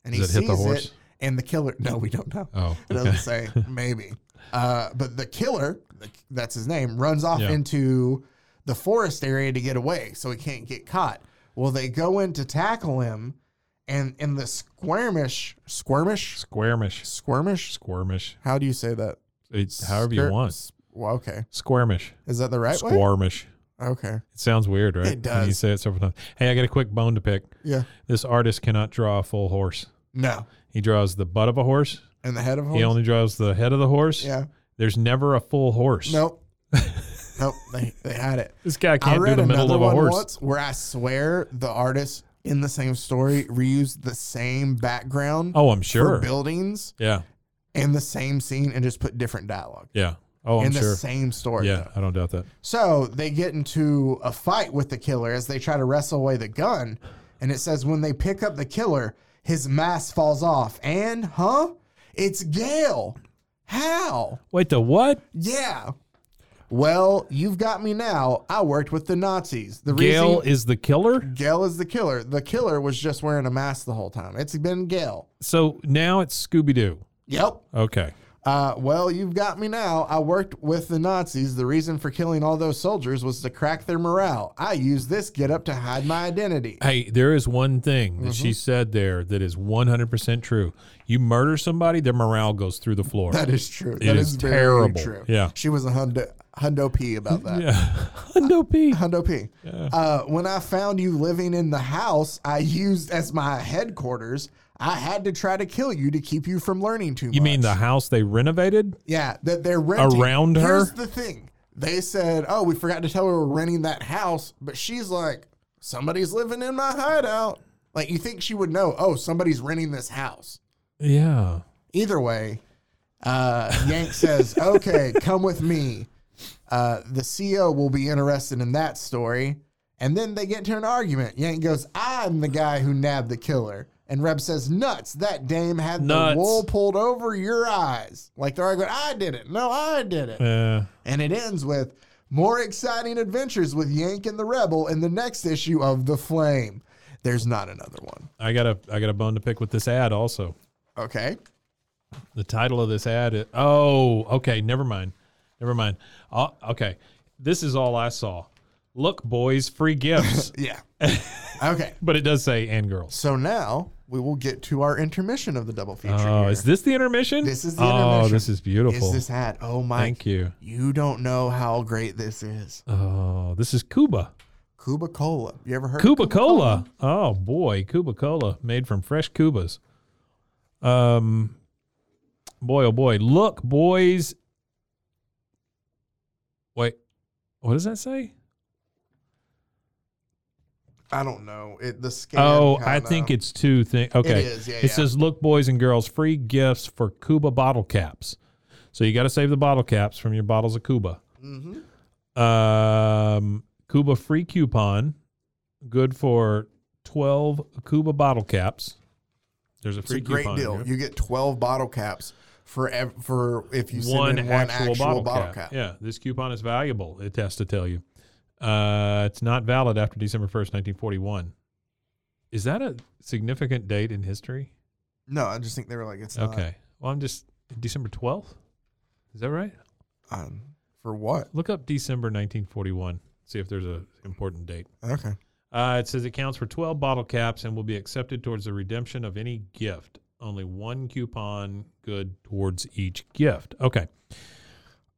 B: and he
C: Does
B: sees
C: it hit the horse?
B: it. And the killer, <laughs> no, we don't know.
C: Oh,
B: It doesn't say maybe. Uh, but the killer, the- that's his name, runs off
C: Yeah.
B: into the forest area to get away so he can't get caught. Well, they go in to tackle him, and in the squirmish, squirmish,
C: Squirmish.
B: squirmish.
C: Squirmish.
B: How do you say that?
C: It's however you
B: Skir-
C: want.
B: Well, okay.
C: Squirmish.
B: Is that the right way?
C: Squirmish.
B: Okay.
C: It sounds weird, right?
B: It
C: When you
B: does.
C: say it several times. Hey, I got a quick bone to pick.
B: Yeah.
C: This artist cannot draw a full horse.
B: No.
C: He draws the butt of a horse.
B: And the head of a
C: He
B: horse.
C: only draws the head of the horse.
B: Yeah.
C: <laughs> There's never a full horse.
B: Nope. Nope, they, they had it.
C: This guy can't do the middle
B: another
C: of a
B: one
C: horse.
B: once where I swear the artist in the same story reused the same background
C: oh, I'm
B: for
C: sure.
B: buildings
C: Yeah,
B: and the same scene and just put different dialogue
C: yeah. Oh, I'm
B: in the
C: sure.
B: same story.
C: Yeah,
B: though.
C: I don't doubt that.
B: So they get into a fight with the killer as they try to wrestle away the gun. And it says when they pick up the killer, his mask falls off. And, huh? It's Gail. How?
C: Wait, the what?
B: Yeah. Well, you've got me now. I worked with the Nazis. The
C: Gail
B: reason
C: is the killer.
B: Gail is the killer. The killer was just wearing a mask the whole time. It's been Gail.
C: So now it's Scooby Doo.
B: Yep.
C: Okay.
B: Uh, well, you've got me now. I worked with the Nazis. The reason for killing all those soldiers was to crack their morale. I used this get up to hide my identity. <laughs>
C: Hey, there is one thing that
B: Mm-hmm.
C: she said there that is 100% true. You murder somebody, their morale goes through the floor.
B: That is true.
C: It
B: That
C: is
B: is, very
C: terrible.
B: true.
C: Yeah.
B: She was a hundo, hundo P about that.
C: <laughs> yeah. <laughs> no pee.
B: Hundo P. Uh, when I found you living in the house I used as my headquarters, I had to try to kill you to keep you from learning too much.
C: You mean the house they renovated?
B: Yeah, that they're renting.
C: Around her?
B: Here's the thing. They said, "Oh, we forgot to tell her we're renting that house," but she's like, "Somebody's living in my hideout." Like you think she would know? Oh, somebody's renting this house.
C: Yeah.
B: Either way, uh, Yank says, "Okay, come with me." Uh, the CEO will be interested in that story, and then they get into an argument. Yank goes, "I'm the guy who nabbed the killer," and Reb says, "Nuts! That dame had
C: Nuts.
B: the wool pulled over your eyes." Like they're arguing, "I did it! No, I did it!"
C: Uh,
B: And it ends with more exciting adventures with Yank and the Rebel in the next issue of The Flame. There's not another one.
C: I got a I got a bone to pick with this ad also.
B: Okay.
C: The title of this ad is, Oh, okay, never mind. Never mind. Uh, okay. This is all I saw. Look, boys,
B: <laughs>
C: free gifts.
B: Yeah. okay.
C: but it does say and girls.
B: So now we will get to our intermission of the double feature.
C: Oh,
B: here.
C: is this the intermission?
B: This is the
C: Oh,
B: intermission.
C: this is beautiful.
B: Is this hat? Oh my!
C: Thank you.
B: You don't know how great this is.
C: Oh, this is Cuba.
B: Cuba Cola. You ever heard? of
C: Cuba Cola. Oh boy, Cuba Cola made from fresh Cubas. Um, boy, oh boy, look, boys. Wait, what does that say?
B: I don't know. It the scan.
C: oh,
B: kinda-
C: I think it's two things. Okay,
B: is, yeah,
C: it
B: yeah.
C: says, "Look, boys and girls, free gifts for Cuba bottle caps." So you got to save the bottle caps from your bottles of Cuba.
B: Mhm.
C: Um, Cuba free coupon, good for twelve Cuba bottle caps. There's a
B: It's
C: free
B: a great
C: coupon
B: deal.
C: here.
B: You get twelve bottle caps for ev- for if you send
C: one,
B: in one
C: actual, bottle, cap.
B: cap.
C: Yeah, this coupon is valuable. It has to tell you. Uh, it's not valid after December first, nineteen forty-one. Is that a significant date in history?
B: No, I just think they were like it's
C: Okay. well, I'm just December 12th. Is that right?
B: Not, um, for what?
C: Look up December 1941. See if there's a important date.
B: Okay.
C: Uh, it says it counts for 12 bottle caps and will be accepted towards the redemption of any gift. Only one coupon good towards each gift. Okay.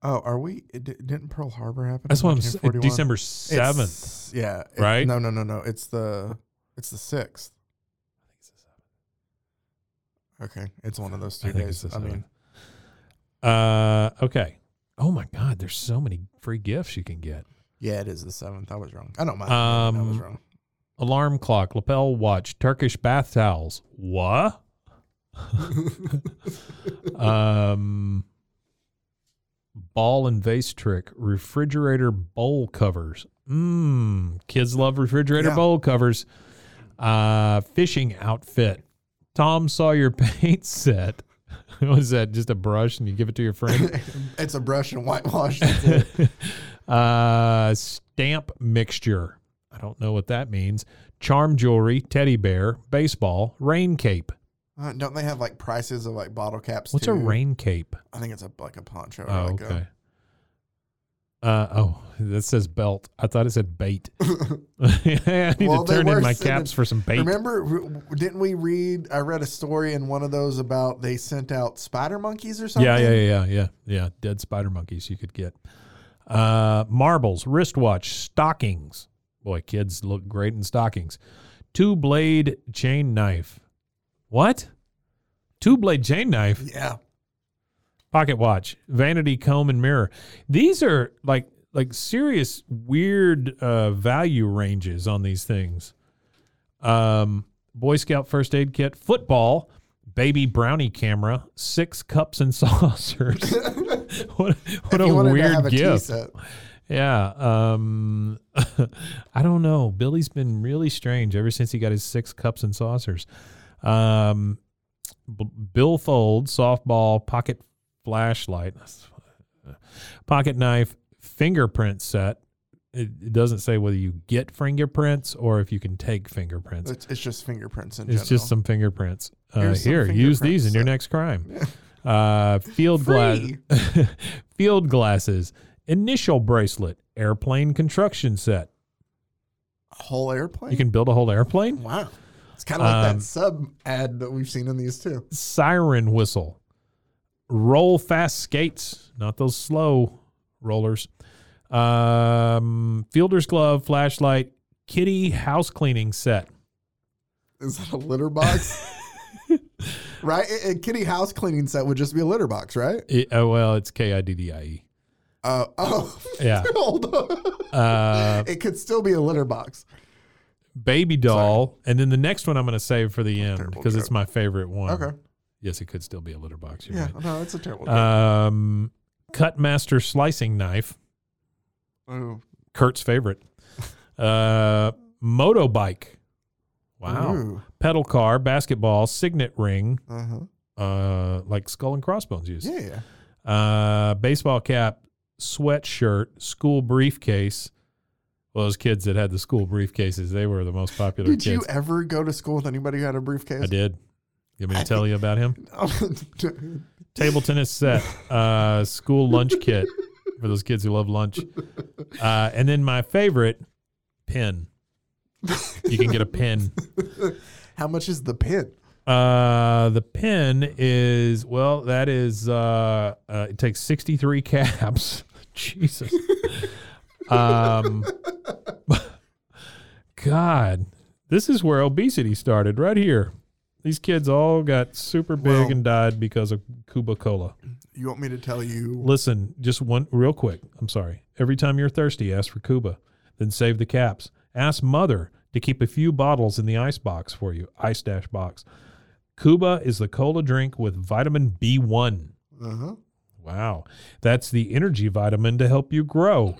B: Oh, are we? It, di- didn't Pearl Harbor happen?
C: That's
B: in
C: what I'm saying.
B: 1941?
C: December
B: It's-
C: 7th.
B: Yeah. it-
C: right?
B: No, no, no, no. It's the it's the sixth. Okay, it's one of those two
C: I think
B: days.
C: it's the
B: I mean,
C: Uh, okay. Oh my God. There's so many free gifts you can get.
B: yeah, it is the seventh. I was wrong. I don't mind. I was
C: Um,
B: wrong. <laughs>
C: alarm clock, lapel watch, Turkish bath towels. What? um, ball and vase trick, refrigerator bowl covers. Mmm, kids love refrigerator
B: Yeah.
C: bowl covers. Uh, fishing outfit, Tom Sawyer <laughs> paint set. <laughs> What is that? Just a brush and you give it to your friend?
B: It's a brush and
C: <laughs>
B: whitewash. That's it.
C: uh, stamp mixture. I don't know what that means. Charm jewelry, teddy bear, baseball, rain cape.
B: Uh, don't they have like prices of like bottle caps?
C: What's a
B: too?
C: rain cape?
B: I think it's a, like a poncho. Or
C: Oh,
B: like
C: okay. Uh, oh, that says belt. I thought it
B: <laughs>
C: said bait. <laughs> I need
B: Well,
C: to
B: they
C: turn
B: were
C: in my
B: sending-
C: caps for some
B: A,
C: bait.
B: remember, w- w- didn't we read? I read a story in one of those about they sent out spider monkeys or something.
C: Yeah, yeah, yeah, yeah, yeah, yeah. Dead spider monkeys you could get. Uh, marbles, wristwatch, stockings. Boy, kids look great in stockings. Two blade chain knife. What? Two blade chain knife.
B: yeah.
C: Pocket watch, vanity comb and mirror. These are like like serious weird uh, value ranges on these things. Um, Boy Scout first aid kit, football, baby brownie camera, six cups
B: <laughs>
C: and <laughs> saucers. what what
B: If you
C: a
B: wanted to
C: weird
B: have a tea
C: gift.
B: set.
C: Yeah. Um, <laughs> I don't know. Billy's been really strange ever since he got his six cups and saucers. Um, B- billfold, softball, pocket flashlight, pocket knife, fingerprint set. It, it doesn't say whether you get fingerprints or if you can take fingerprints.
B: It's, it's just fingerprints in
C: It's
B: general.
C: just some fingerprints. Uh,
B: Here's some
C: here, use these
B: fingerprints.
C: in your next crime.
B: <laughs>
C: Uh, field glass, <laughs> field glasses, initial bracelet, airplane construction set.
B: a whole airplane.
C: You can build a whole airplane.
B: wow. It's kind of like
C: Um,
B: that sub ad that we've seen in these too.
C: Siren whistle, roll fast skates, not those slow rollers. Um, fielder's glove, flashlight, kitty house cleaning set.
B: Is that a litter
C: <laughs>
B: box? right? A, a kitty house cleaning set would just be a litter box, right?
C: It- oh well, it's K I D D I E.
B: Uh, oh,
C: Yeah.
B: <laughs> Hold on.
C: Uh,
B: it could still be a litter box.
C: baby doll, and then the next one I'm going to save for the end
B: Oh, terrible
C: because it's
B: joke.
C: my favorite one.
B: Okay.
C: Yes, it could still be a litter box.
B: <laughs>
C: You're
B: Yeah. No, that's a terrible. joke.
C: right. Um, cut master slicing knife.
B: Ooh. <laughs>
C: Kurt's favorite. Uh, motobike. Wow.
B: Ooh.
C: Pedal car, basketball, signet ring,
B: Uh-huh.
C: uh, like skull and crossbones use.
B: Yeah. yeah.
C: Uh, baseball cap, sweatshirt, school briefcase. Well, those kids that had the school briefcases, they were the most popular
B: Did you
C: kids.
B: ever go to school with anybody who had a briefcase?
C: I did. You want me to tell you about him?
B: did.
C: Table tennis set, uh, school lunch kit for those kids who love lunch. Uh, and then my favorite, pin. You can get a pin.
B: <laughs> How much is the pin?
C: Uh, the pin is well. That is uh, uh it takes sixty three caps. <laughs> Jesus. um. God, this is where obesity started. Right here, these kids all got super big
B: Well-
C: and died because of Cuba Cola.
B: You want me to tell you?
C: Listen, just one real quick. I'm sorry. Every time you're thirsty, ask for Cuba, then save the caps. Ask mother to keep a few bottles in the ice box for you, ice dash box. Cuba is the cola drink with vitamin B1.
B: Uh-huh.
C: Wow. That's the energy vitamin to help you grow.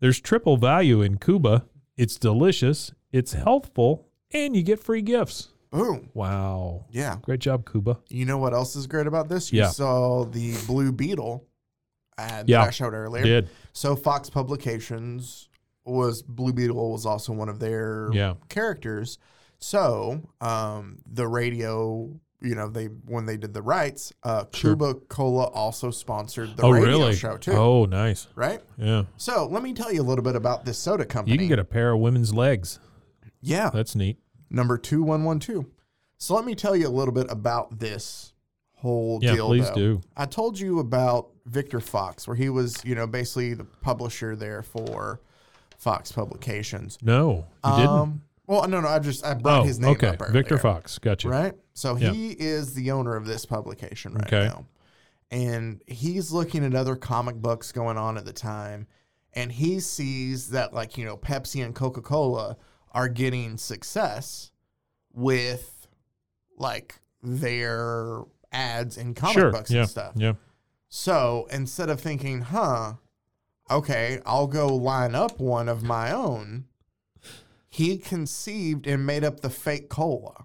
C: There's triple value in Cuba. It's delicious, it's healthful, and you get free gifts.
B: Boom.
C: Wow.
B: Yeah.
C: Great job, Cuba.
B: You know what else is great about this? You
C: Yeah.
B: saw the Blue Beetle ad
C: Yeah.
B: that I showed earlier.
C: Did.
B: So Fox Publications was Blue Beetle was also one of their
C: Yeah.
B: characters. So um, the radio, you know, they when they did the rights, uh,
C: Sure.
B: Cuba Cola also sponsored the
C: oh,
B: radio
C: really?
B: show too,
C: Oh, nice.
B: right?
C: Yeah.
B: So let me tell you a little bit about this soda company.
C: You can get a pair of women's legs.
B: yeah,
C: That's neat.
B: number two one one two. So let me tell you a little bit about this whole
C: Yeah,
B: deal.
C: please
B: though.
C: do.
B: I told you about Victor Fox, where he was, you know, basically the publisher there for Fox Publications.
C: No, you didn't.
B: Well, no, no, I just I brought
C: Oh,
B: Um, his name
C: okay.
B: up earlier,
C: Victor Fox. Gotcha.
B: right? So
C: Yeah.
B: he is the owner of this publication right
C: Okay.
B: now, and he's looking at other comic books going on at the time, and he sees that like you know Pepsi and Coca Cola are getting success with like their ads in comic
C: sure.
B: books
C: yeah.
B: and stuff.
C: Yeah.
B: So instead of thinking, huh, okay, I'll go line up one of my own, he conceived and made up the fake cola.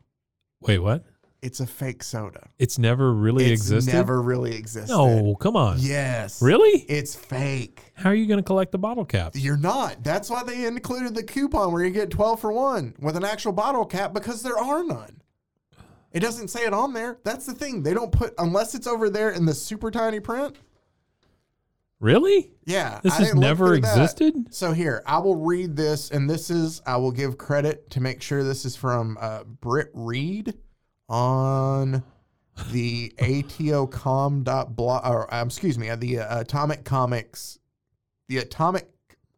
C: Wait, what?
B: It's a fake soda.
C: It's never really
B: it's
C: existed.
B: never really existed.
C: no, come on.
B: Yes.
C: Really?
B: It's fake.
C: How are you going to collect the bottle cap?
B: You're not. That's why they included the coupon where you get 12 for 1 with an actual bottle cap because there are none. It doesn't say it on there. That's the thing. They don't put unless it's over there in the super tiny print.
C: Really?
B: Yeah.
C: This
B: I
C: has
B: didn't look
C: never
B: through that.
C: existed.
B: So here, I will read this, and this is I will give credit to make sure this is from uh, Britt Reed on the atocom.blog, or um, excuse me, uh, the uh, Atomic Comics, the Atomic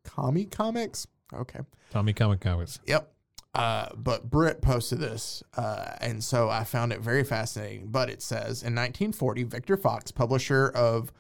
B: Comi Comics. Okay,
C: Tommy Comic Comics.
B: yep. Uh, but Britt posted this, uh, and so I found it very fascinating. But it says in 1940, Victor Fox, publisher of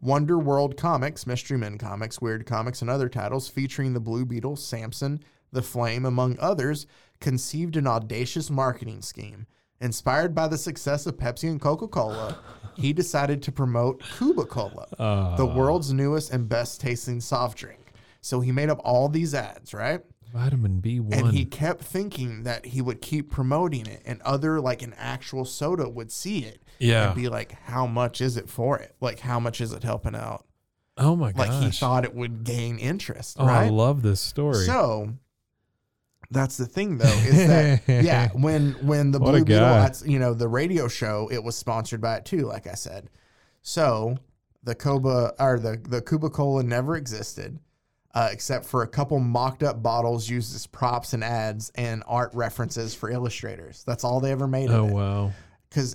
B: Wonder World Comics, Mystery Men Comics, Weird Comics, and other titles featuring the Blue Beetle, Samson, the Flame, among others, conceived an audacious marketing scheme. Inspired by the success of Pepsi and Coca Cola, he decided to promote Cuba Cola, the world's newest and best tasting soft drink. So he made up all these ads, right?
C: Vitamin B1.
B: And he kept thinking that he would keep promoting it, and other like an actual soda would see it.
C: Yeah.
B: And be like, how much is it for it? Like, how much is it helping out?
C: oh my
B: Like, he
C: gosh.
B: thought it would gain interest,
C: oh, I
B: right?
C: love this story.
B: So that's the thing, though, is
C: <laughs>
B: that yeah, when when the
C: What a
B: Blue Beetle,
C: guy.
B: that's- you know, the radio show, it was sponsored by it too, like I said. So the Coba or the the Cuba Cola never existed, uh, except for a couple mocked up bottles used as props and ads and art references for illustrators. That's all they ever made.
C: oh
B: of it
C: wow.
B: because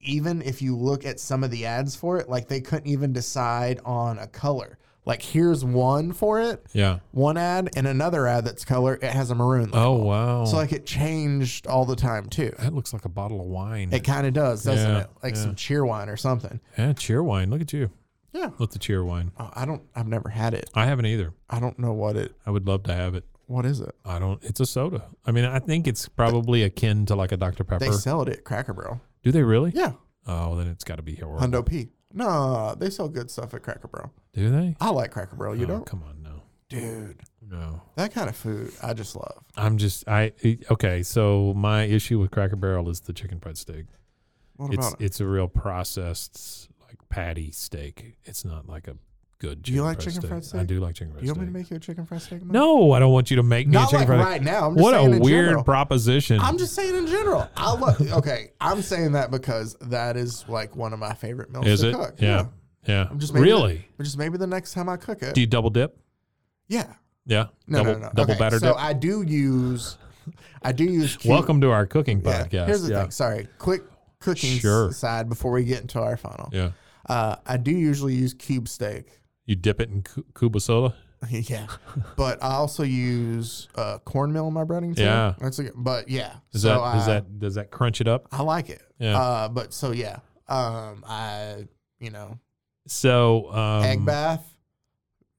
B: even if you look at some of the ads for it, like they couldn't even decide on a color. Like here's one for it,
C: Yeah.
B: one ad, and another ad that's color. It has a maroon.
C: Oh
B: label.
C: wow.
B: So like it changed all the time too.
C: that looks like a bottle of wine.
B: It kind of does, doesn't
C: Yeah,
B: it? Like
C: yeah.
B: some cheer wine or something.
C: yeah, cheer wine. Look at you.
B: Yeah.
C: Look at the cheer wine.
B: Oh, I don't. I've never had it.
C: I haven't either.
B: I don't know what it.
C: I would love to have it.
B: What is it?
C: I don't. It's a soda. I mean, I think it's probably akin to like a Dr Pepper.
B: They sell it at Cracker Barrel.
C: Do they really?
B: Yeah.
C: Oh, then it's got to be horrible.
B: Hundo P. No, they sell good stuff at Cracker Barrel.
C: Do they?
B: I like Cracker Barrel. You
C: oh,
B: don't,
C: Come on, no,
B: dude.
C: no.
B: That kind of food, I just love.
C: I'm just I e, okay. So my issue with Cracker Barrel is the chicken fried steak.
B: What
C: It's
B: about it?
C: it's a real processed like patty steak. It's not like a good. Chicken
B: Do you like chicken fried
C: I
B: steak?
C: do like chicken fried
B: Do you want
C: steak.
B: me to make you a chicken fried steak? Mike?
C: no, I don't want you to make me a
B: Not like
C: chicken fried.
B: right now. I'm just
C: what
B: saying
C: a
B: in
C: weird
B: general.
C: proposition.
B: I'm just saying in general. I love. Okay, I'm saying that because that is like one of my favorite meals
C: is
B: to
C: it?
B: cook.
C: Yeah, yeah.
B: I'm just maybe
C: really.
B: The, just maybe the next time I cook it.
C: Do you double dip?
B: yeah.
C: Yeah.
B: No,
C: double
B: no, no.
C: double
B: okay,
C: batter
B: So
C: dip.
B: I do use. I do use. Cu-
C: Welcome to our cooking
B: Yeah,
C: podcast.
B: Here's the
C: yeah.
B: thing. Sorry. Quick cooking s-
C: Sure.
B: side before we get into our final.
C: Yeah.
B: Uh, I do usually use cube steak. <laughs>
C: You dip it in cu- Cuba soda.
B: yeah, but I also use uh, cornmeal in my breading too.
C: Yeah.
B: that's a good, but yeah.
C: Does
B: So
C: that
B: I,
C: does that does that crunch it up?
B: I like it.
C: Yeah.
B: Uh, but so yeah, um, I you know
C: So um, eh,
B: egg bath,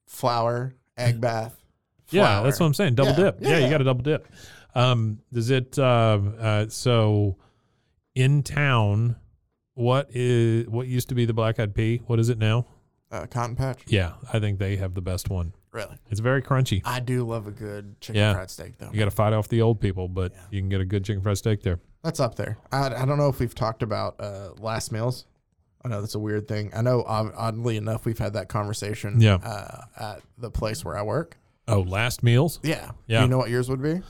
B: flour, egg bath.
C: Yeah,
B: flour.
C: that's what I'm saying. Double
B: Yeah,
C: dip. Yeah,
B: yeah.
C: you got to double dip. Um, does it? um uh, so in town, what is what used to be the black eyed pea? What is it now?
B: uh, cotton patch.
C: Yeah, I think they have the best one.
B: Really,
C: It's very crunchy.
B: I do love a good chicken
C: Yeah.
B: fried steak though.
C: You got to fight off the old people, but you can get a good chicken fried steak there.
B: That's up there. I, I don't know if we've talked about uh, last meals. I know that's a weird thing. I know ob- oddly enough we've had that conversation.
C: Yeah.
B: Uh, at the place where I work.
C: Oh, last meals?
B: Yeah.
C: Yeah.
B: Do you know what yours would be?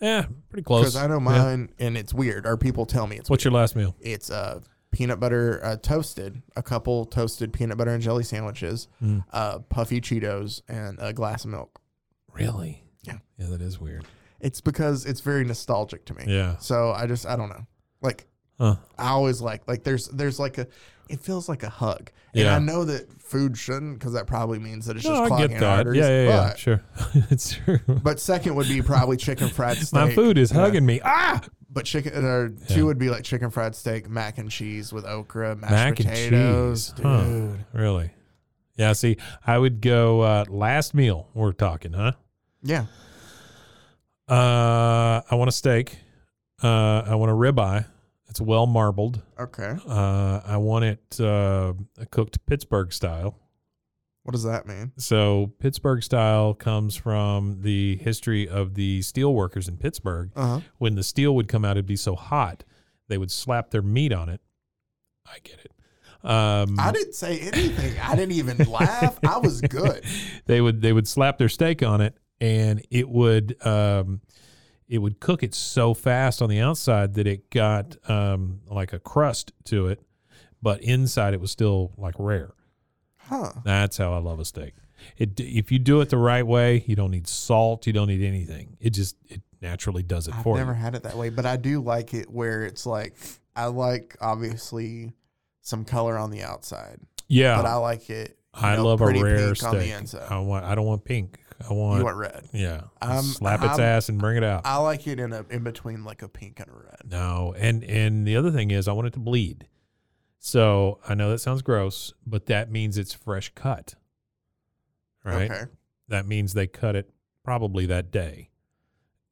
C: Yeah, pretty
B: Because
C: close.
B: I know
C: Yeah.
B: mine, and it's weird. Or people tell me it's
C: What's your last meal?
B: it's uh, peanut butter uh, toasted, a couple toasted peanut butter and jelly sandwiches,
C: Mm.
B: uh, puffy Cheetos, and a glass of milk.
C: Really?
B: Yeah.
C: Yeah, that is weird.
B: It's because it's very nostalgic to me.
C: Yeah.
B: So I just I don't know. Like
C: Huh.
B: I always like like there's there's like a it feels like a hug. And
C: Yeah.
B: I know that food shouldn't because that probably means that it's
C: No,
B: just
C: I
B: clogging
C: get
B: our
C: that.
B: arteries.
C: yeah, yeah, yeah.
B: But,
C: Sure. <laughs> it's true.
B: but second would be probably chicken fried steak.
C: <laughs> My food is
B: you know.
C: hugging me. Ah!
B: But chicken or two would be like chicken fried steak, mac and cheese with okra, mashed
C: mac
B: potatoes.
C: and cheese. Huh.
B: Dude.
C: Really? Yeah. See, I would go uh, last meal. We're talking, huh?
B: Yeah.
C: Uh, I want a steak. Uh, I want a ribeye. It's well marbled.
B: Okay.
C: Uh, I want it uh, cooked Pittsburgh style.
B: What does that mean?
C: So Pittsburgh style comes from the history of the steel workers in Pittsburgh.
B: Uh huh.
C: When the steel would come out, it'd be so hot they would slap their meat on it. I get it. Um,
B: I didn't say anything. I didn't even laugh. I was
C: <laughs>
B: good.
C: they would they would slap their steak on it and it would um it would cook it so fast on the outside that it got um like a crust to it but inside it was still like rare
B: Huh.
C: that's how i love a steak it if you do it the right way you don't need salt you don't need anything it just it naturally does it
B: I've
C: for
B: never
C: you
B: had it that way, but I do like it where it's like I like obviously some color on the outside, but I
C: yeah
B: like it. you
C: Oh. i,
B: know,
C: love a
B: pretty
C: rare
B: pink on the
C: steak
B: inside.
C: i want i don't want pink i want,
B: you want red.
C: yeah
B: Um,
C: slap its
B: I'm-
C: ass and bring it out
B: I like it in a in between like a pink and a red.
C: No, and and the other thing is, I want it to bleed. So I know that sounds gross, but that means it's fresh cut. Right?
B: Okay.
C: That means they cut it probably that day.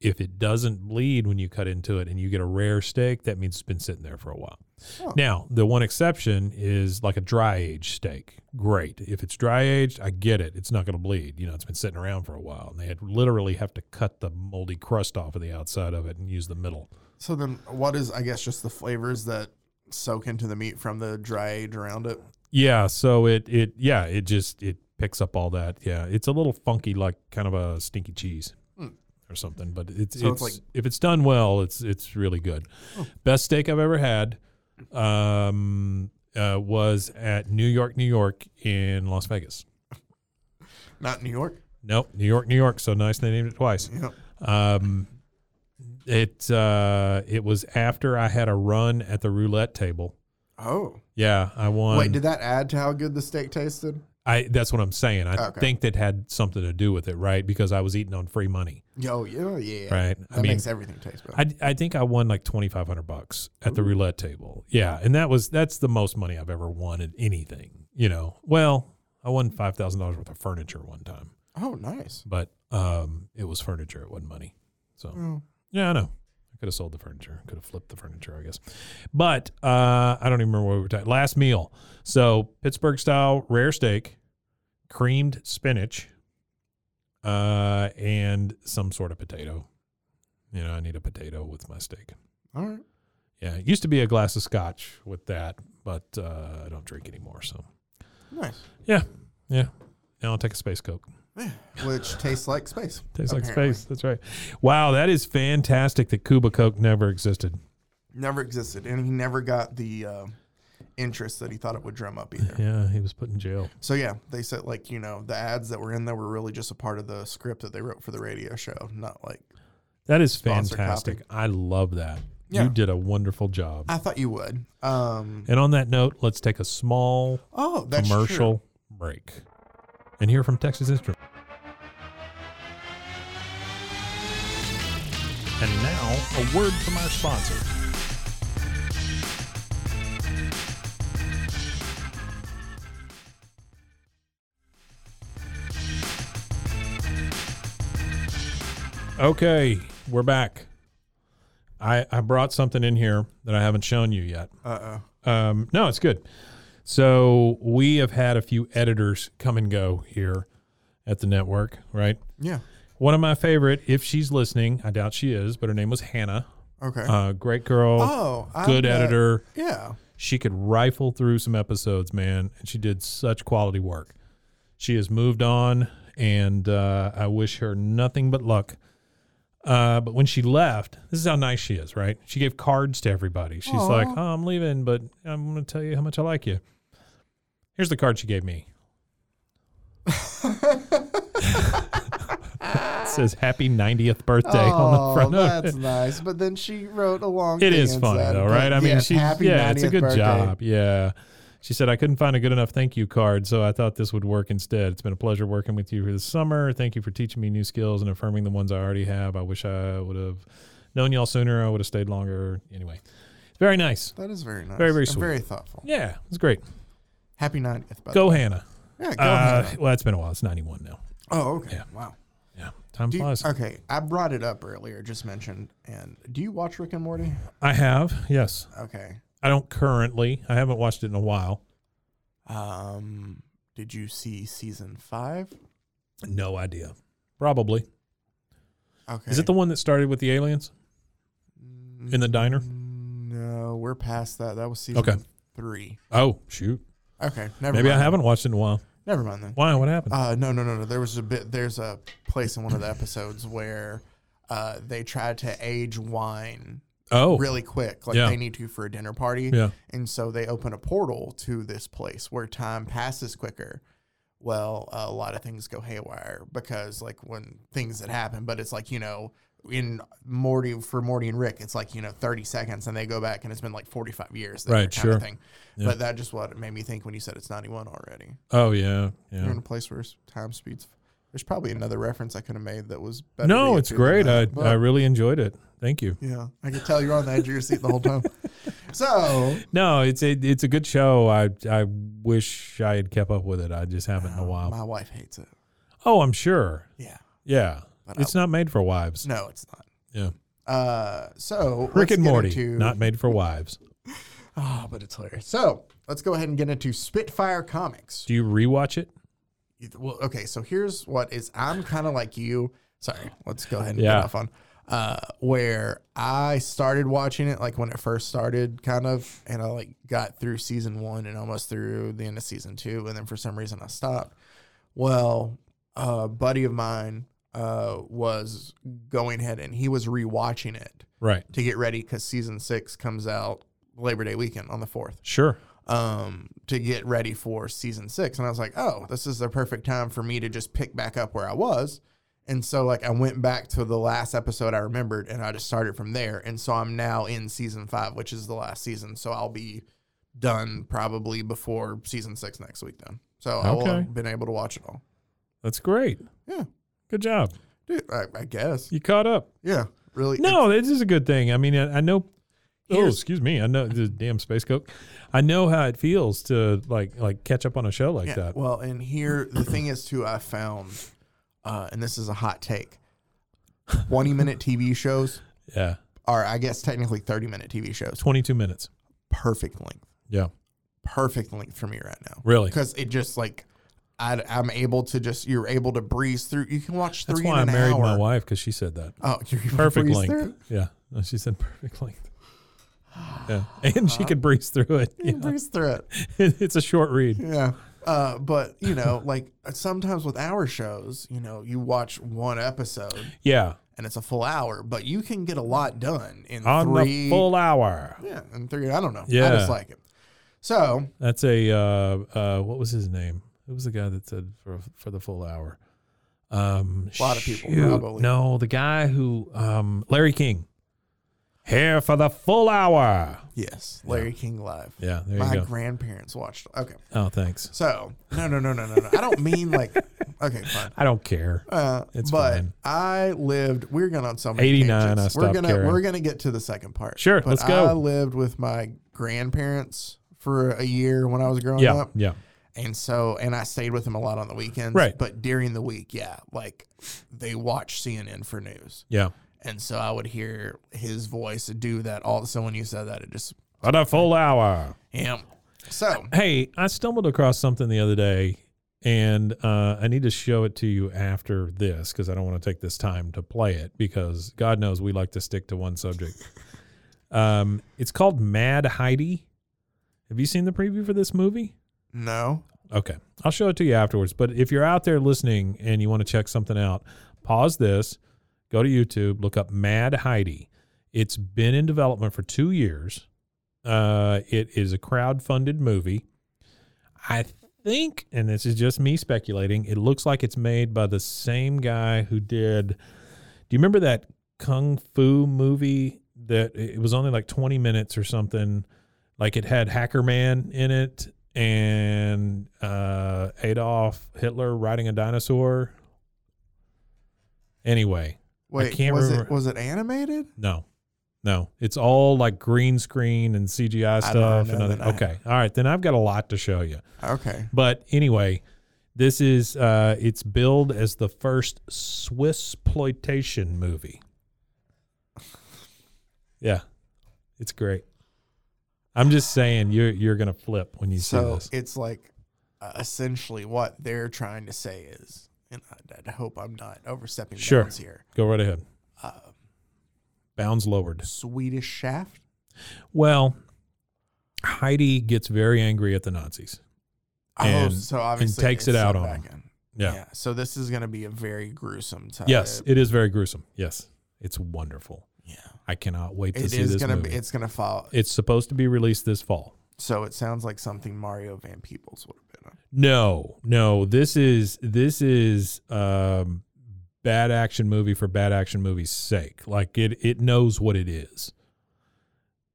C: If it doesn't bleed when you cut into it and you get a rare steak, that means it's been sitting there for a while.
B: Oh.
C: Now, the one exception is like a dry aged steak. Great. If it's dry aged, I get it. It's not going to bleed. You know, it's been sitting around for a while. And they had literally have to cut the moldy crust off of the outside of it and use the middle.
B: So then, what is I guess just the flavors that soak into the meat from the dry age around it?
C: Yeah, so it it yeah, it just it picks up all that. Yeah. It's a little funky like kind of a stinky cheese or something, but it's
B: So
C: it's,
B: it's
C: like
B: like-
C: if it's done well, it's it's really good. Best steak I've ever had um uh, was at New York, New York in Las Vegas.
B: Not New York.
C: Nope, New York, New York. So nice they named it twice.
B: Yep.
C: Um, it uh, it was after I had a run at the roulette table.
B: Oh,
C: Yeah, I won.
B: wait, did that add to how good the steak tasted?
C: I that's what I'm saying. I
B: Okay.
C: think that had something to do with it, right? Because I was eating on free money,
B: Yo, yeah, yeah.
C: right?
B: That
C: I mean,
B: makes everything taste better.
C: I, I think I won like 2500 bucks at the roulette table. Yeah, and that was that's the most money I've ever won at anything, you know. Well, I won $5,000 worth of furniture one time,
B: oh, nice.
C: but um it was furniture, it wasn't money. So
B: Oh,
C: Yeah, I know. I could have sold the furniture. Could have flipped the furniture, I guess. But uh, I don't even remember what we were talking. Last meal. So Pittsburgh style rare steak, creamed spinach, uh, and some sort of potato. You know, I need a potato with my steak.
B: all right.
C: Yeah, it used to be a glass of scotch with that, but uh, I don't drink anymore. So
B: Nice.
C: yeah, yeah. Now I'll take a space coke.
B: Which tastes like space.
C: Tastes
B: apparently.
C: like space. That's right. Wow, that is fantastic that Cuba Coke never existed.
B: Never existed, and he never got the uh, interest that he thought it would drum up
C: <laughs>
B: either.
C: Yeah, he was put in jail.
B: So yeah, they said like you know the ads that were in there were really just a part of the script that they wrote for the radio show, not like
C: That is
B: Sponsor
C: fantastic. I love that.
B: Yeah.
C: You did a wonderful job.
B: I thought you would. Um,
C: and on that note, let's take a small
B: oh, that's true.
C: commercial break and hear from Texas Instruments. And now, a word from our sponsor. Okay, we're back. I, I brought something in here that I haven't shown you yet.
B: Uh
C: Um, no, it's good. So we have had a few editors come and go here at the network, right?
B: Yeah.
C: One of my favorite, if she's listening, I doubt she is, but her name was Hannah.
B: Okay.
C: Uh, great girl,
B: oh, I
C: good
B: bet-
C: editor.
B: Yeah.
C: She could rifle through some episodes, man, and she did such quality work. She has moved on, and uh, I wish her nothing but luck. Uh, but when she left, this is how nice she is, right? She gave cards to everybody. She's like, "Oh, I'm leaving, but I'm going to tell you how much I like you." Here's the card she gave me. it says "Happy 90th birthday" on the
B: Oh,
C: front of it.
B: that's nice. But then she wrote a long.
C: It
B: thing
C: is
B: and
C: funny
B: said,
C: though,
B: but
C: right? I mean,
B: yes,
C: she's
B: happy
C: yeah, it's a
B: 90th
C: good
B: birthday.
C: job. Yeah. She said, I couldn't find a good enough thank you card, so I thought this would work instead. It's been a pleasure working with you for the summer. Thank you for teaching me new skills and affirming the ones I already have. I wish I would have known y'all sooner. I would have stayed longer. Anyway, it's very nice.
B: That is very nice.
C: Very, very
B: and
C: sweet.
B: Very thoughtful.
C: Yeah, it's great.
B: Happy 90th. By the
C: Go, Hannah.
B: way. Yeah. Go
C: Uh,
B: ahead.
C: well, it's been a while. It's 91 now.
B: Oh, okay.
C: yeah.
B: Wow.
C: Yeah, time
B: Do you-
C: flies.
B: okay, I brought it up earlier, just mentioned. And do you watch Rick and Morty?
C: I have, yes.
B: Okay.
C: I don't currently. I haven't watched it in a while.
B: Um, did you see season five?
C: No idea. Probably.
B: Okay.
C: Is it the one that started with the aliens in the diner?
B: Mm. No, we're past that. That was season
C: Okay.
B: three.
C: Oh, shoot.
B: Okay. Never
C: Maybe
B: mind.
C: I haven't watched it in a while.
B: Never mind then.
C: Why? What happened?
B: Uh, no, no, no, no. There was a bit. There's a place in one of the episodes where uh, they try to age wine
C: oh,
B: really quick, like
C: Yeah.
B: they need to for a dinner party.
C: Yeah.
B: And so they open a portal to this place where time passes quicker. Well, a lot of things go haywire because, like, when things that happen, but it's like, you know, in Morty, for Morty and Rick, it's like, you know, 30 seconds and they go back and it's been like 45 years. that
C: Right,
B: kind
C: sure.
B: Of thing. But that just what it made me think when you said it's 91 already.
C: Oh, yeah. Yeah.
B: You're in a place where time speeds. There's probably another reference I could have made that was better. to
C: No,
B: get
C: it's
B: to than
C: great. I,
B: that, but-
C: I really enjoyed it. Thank you. <laughs>
B: yeah, I could tell you're on the edge of your seat the whole time. So
C: No, it's it, it's a good show. I I wish I had kept up with it. I just haven't in a while.
B: Oh, my wife hates it.
C: oh, I'm sure.
B: Yeah.
C: Yeah,
B: But
C: it's not made for wives.
B: No, it's not.
C: Yeah,
B: Uh, so
C: Rick
B: let's
C: and
B: get
C: Morty,
B: into-
C: not made for wives.
B: Oh, but it's hilarious. So let's go ahead and get into Spitfire Comics.
C: Do you rewatch it?
B: well, okay, so here's what is I'm kind of like you. Sorry, let's go ahead and
C: Yeah.
B: get off on. Uh, where I started watching it, like when it first started, kind of, and I like got through season one and almost through the end of season two, and then for some reason I stopped. Well, a buddy of mine uh, was going ahead and he was rewatching it
C: Right.
B: to get ready because season six comes out Labor Day weekend on the fourth
C: Sure.
B: um, to get ready for season six. And I was like, oh, this is the perfect time for me to just pick back up where I was. And so, like, I went back to the last episode I remembered and I just started from there. And so I'm now in season five, which is the last season. So I'll be done probably before season six next week, then. So I will
C: Okay.
B: have been able to watch it all.
C: That's great.
B: Yeah.
C: Good job.
B: Dude, I, I guess.
C: You caught up.
B: Yeah. Really?
C: No, this is a good thing. I mean, I, I know. Oh,
B: Here's-
C: excuse me. I know the damn space coke. I know how it feels to like like catch up on a show like
B: Yeah,
C: that.
B: Well, and here the thing is too, I found, uh, and this is a hot take. Twenty minute TV shows
C: yeah,
B: are, I guess, technically thirty minute TV shows.
C: twenty two minutes.
B: Perfect length,
C: Yeah,
B: perfect length for me right now.
C: really.
B: Because it just like, I, I'm able to just you're able to breeze through. You can watch three
C: That's why I
B: in an
C: married
B: hour.
C: my wife because she said that.
B: Oh, <laughs> you're able to
C: Perfect
B: breeze
C: length.
B: through?
C: Yeah, <laughs> No, she said perfect <sighs> length. Yeah, and she could breeze through it.
B: You
C: Yeah.
B: can breeze through it.
C: <laughs> it's a short read.
B: Yeah. Uh, but you know, <laughs> like sometimes with our shows, you know, you watch one episode
C: Yeah,
B: and it's a full hour, but you can get a lot done in
C: on
B: three
C: the full hour.
B: Yeah, and three. I don't know. I
C: Yeah.
B: just like it. So
C: That's a uh, uh, what was his name? Who was the guy that said for for the full hour? Um,
B: Lot of people,
C: shoot.
B: probably.
C: No, the guy who um, Larry King here for the full hour.
B: yes, Larry King live.
C: Yeah, there you
B: My
C: go.
B: grandparents watched. Okay,
C: oh, thanks.
B: so no, no, no, no, no, no. I don't mean like. <laughs> Okay, fine.
C: I don't care.
B: Uh,
C: It's
B: but
C: fine.
B: I lived. We're going on so many
C: 89,
B: tangents.
C: I
B: We're
C: stopped
B: gonna
C: caring.
B: we're gonna get to the second part.
C: Sure,
B: but
C: let's go.
B: I lived with my grandparents for a year when I was growing
C: Yeah,
B: up,
C: yeah.
B: and so and I stayed with them a lot on the weekends.
C: Right.
B: but during the week, yeah, like they watch CNN for news.
C: Yeah.
B: And so I would hear his voice do that. All so when you said that, it just
C: For the full hour.
B: yeah. So
C: Hey, I stumbled across something the other day, and uh, I need to show it to you after this because I don't want to take this time to play it because God knows we like to stick to one subject. um, it's called Mad Heidi. Have you seen the preview for this movie?
B: no,
C: Okay. I'll show it to you afterwards. But if you're out there listening and you want to check something out, pause this, go to YouTube, look up Mad Heidi. It's been in development for two years. Uh, it is a crowdfunded movie. I think, and this is just me speculating, it looks like it's made by the same guy who did. Do you remember that kung fu movie that it was only like 20 minutes or something? Like it had Hacker Man in it and uh, Adolf Hitler riding a dinosaur. Anyway,
B: wait,
C: can't
B: was
C: remember.
B: it was it animated?
C: no, no, it's all like green screen and CGI
B: I don't
C: stuff.
B: know
C: And
B: that
C: other,
B: I-
C: okay, all right, then I've got a lot to show you.
B: Okay,
C: But anyway, this is uh, it's billed as the first Swiss exploitation movie. Yeah, it's great. I'm just saying you're you're gonna flip when you see
B: so
C: this.
B: it's like uh, essentially what they're trying to say is, and I, I hope I'm not overstepping
C: Sure.
B: bounds here.
C: Go right ahead. Bounds lowered.
B: Swedish Shaft.
C: Well, Heidi gets very angry at the Nazis. And-
B: Oh, so
C: takes it
B: it's
C: out
B: set
C: on
B: back
C: them.
B: in.
C: Yeah.
B: So this is going to be a very gruesome type.
C: Yes, it is very gruesome. Yes, it's wonderful.
B: Yeah.
C: I cannot wait to
B: It
C: see
B: is
C: this
B: going to
C: movie.
B: be. It's going to fall.
C: it's supposed to be released this fall.
B: So it sounds like something Mario Van Peebles would have been. on.
C: No, no. This is this is um bad action movie for bad action movie's sake. Like it it knows what it is.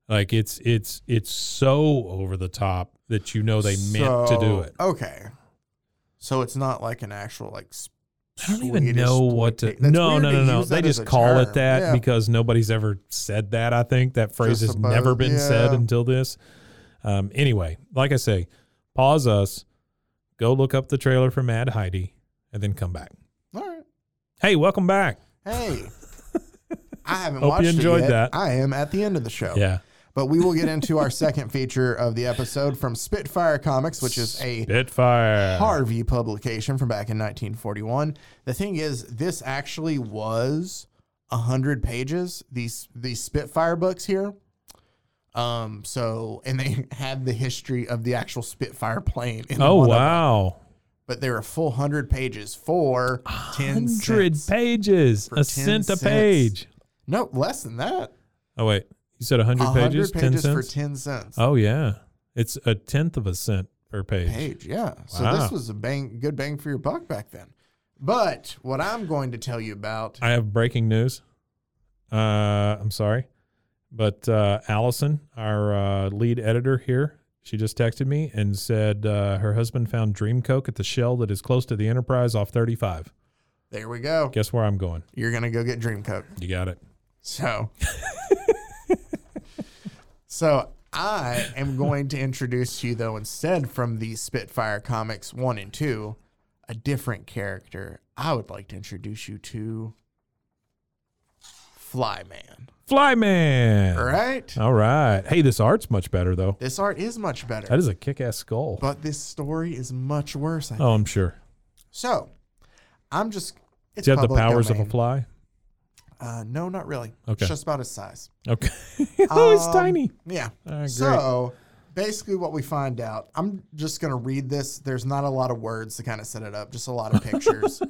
C: Like it's it's it's so over the top that you know they Oh, meant to do
B: So-
C: it.
B: Okay. So it's not like an actual like s-
C: I don't even
B: Swedish
C: know what to.
B: toy- That's
C: No,
B: weird
C: no,
B: to
C: no, no.
B: use
C: They
B: that as
C: just
B: a
C: call it
B: term.
C: that
B: Yeah.
C: because nobody's ever said that. I think that phrase
B: Just
C: has never
B: about-
C: been said
B: yeah.
C: until this. Um, anyway, like I say, pause us, go look up the trailer for Mad Heidi, and then come back.
B: All right.
C: Hey, welcome back. <laughs>
B: Hey. I haven't
C: Hope you
B: watched
C: enjoyed
B: it yet.
C: that.
B: I am at the end of the show.
C: Yeah,
B: But we will get into
C: <laughs>
B: our second feature of the episode from Spitfire Comics, which is a
C: Spitfire.
B: Harvey publication from back in 1941. The thing is, this actually was 100 pages, these these Spitfire books here. Um so and they <laughs> had the history of the actual Spitfire plane in
C: Oh
B: one of them.
C: wow,
B: but they were a full 100 pages for 10
C: hundred
B: cents.
C: pages,
B: For
C: a
B: 10
C: cent a
B: cents.
C: page.
B: No, less than that.
C: Oh wait, you said hundred
B: 100
C: pages,
B: pages,
C: ten
B: for
C: cents.
B: 10 cents.
C: oh yeah, it's a tenth of a cent per page.
B: page. Yeah. So
C: Wow.
B: this was a bang, good bang for your buck back then. But what I'm going to tell you about,
C: I have breaking news. Uh, I'm sorry, but uh, Allison, our uh, lead editor here, she just texted me and said uh, her husband found Dream Coke at the shell that is close to the Enterprise off 35.
B: there we go.
C: Guess where I'm going?
B: You're going to go get Dream Coke.
C: You got it. <laughs>
B: So, so I am going to introduce to you though instead from the Spitfire comics one and two, a different character. I would like to introduce you to Flyman.
C: Flyman.
B: All right.
C: All right. Hey, this art's much better though.
B: This art is much better.
C: That is a kick-ass skull.
B: but this story is much worse. I
C: Oh, I'm sure.
B: So, I'm just. It's
C: Do you have the
B: public
C: powers
B: domain.
C: of a fly?
B: Uh, no, not really.
C: Okay.
B: It's just about his size.
C: Okay. <laughs> oh, it's
B: Um,
C: tiny.
B: Yeah.
C: Ah,
B: so, basically, what we find out, I'm just going to read this. There's not a lot of words to kind of set it up, just a lot
C: <laughs>
B: of pictures.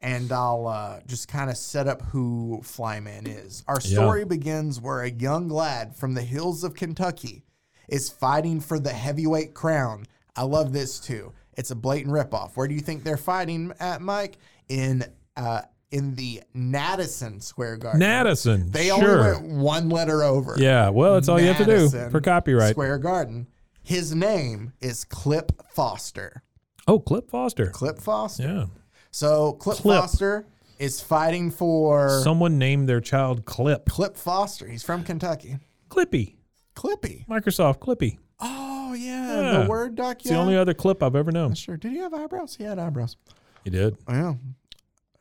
B: and I'll uh, just kind of set up who Flyman is. Our
C: Yeah.
B: story begins where a young lad from the hills of Kentucky is fighting for the heavyweight crown. I love this too. It's a blatant ripoff. Where do you think they're fighting at, Mike? In uh, in the Madison Square Garden.
C: Madison.
B: They
C: sure.
B: only went one letter over.
C: Yeah, well, that's all you have to do
B: Madison
C: for copyright.
B: Square Garden. His name is Clip Foster.
C: Oh, Clip Foster.
B: Clip Foster.
C: Yeah.
B: So Clip,
C: Clip.
B: Foster is fighting for
C: Someone named their child Clip.
B: Clip Foster. He's from Kentucky.
C: Clippy.
B: Clippy.
C: Microsoft Clippy.
B: Oh yeah,
C: Yeah.
B: the word doc.
C: It's
B: yeah.
C: the only other clip I've ever known.
B: Sure. Did he have eyebrows? He had eyebrows.
C: You did.
B: Oh, yeah.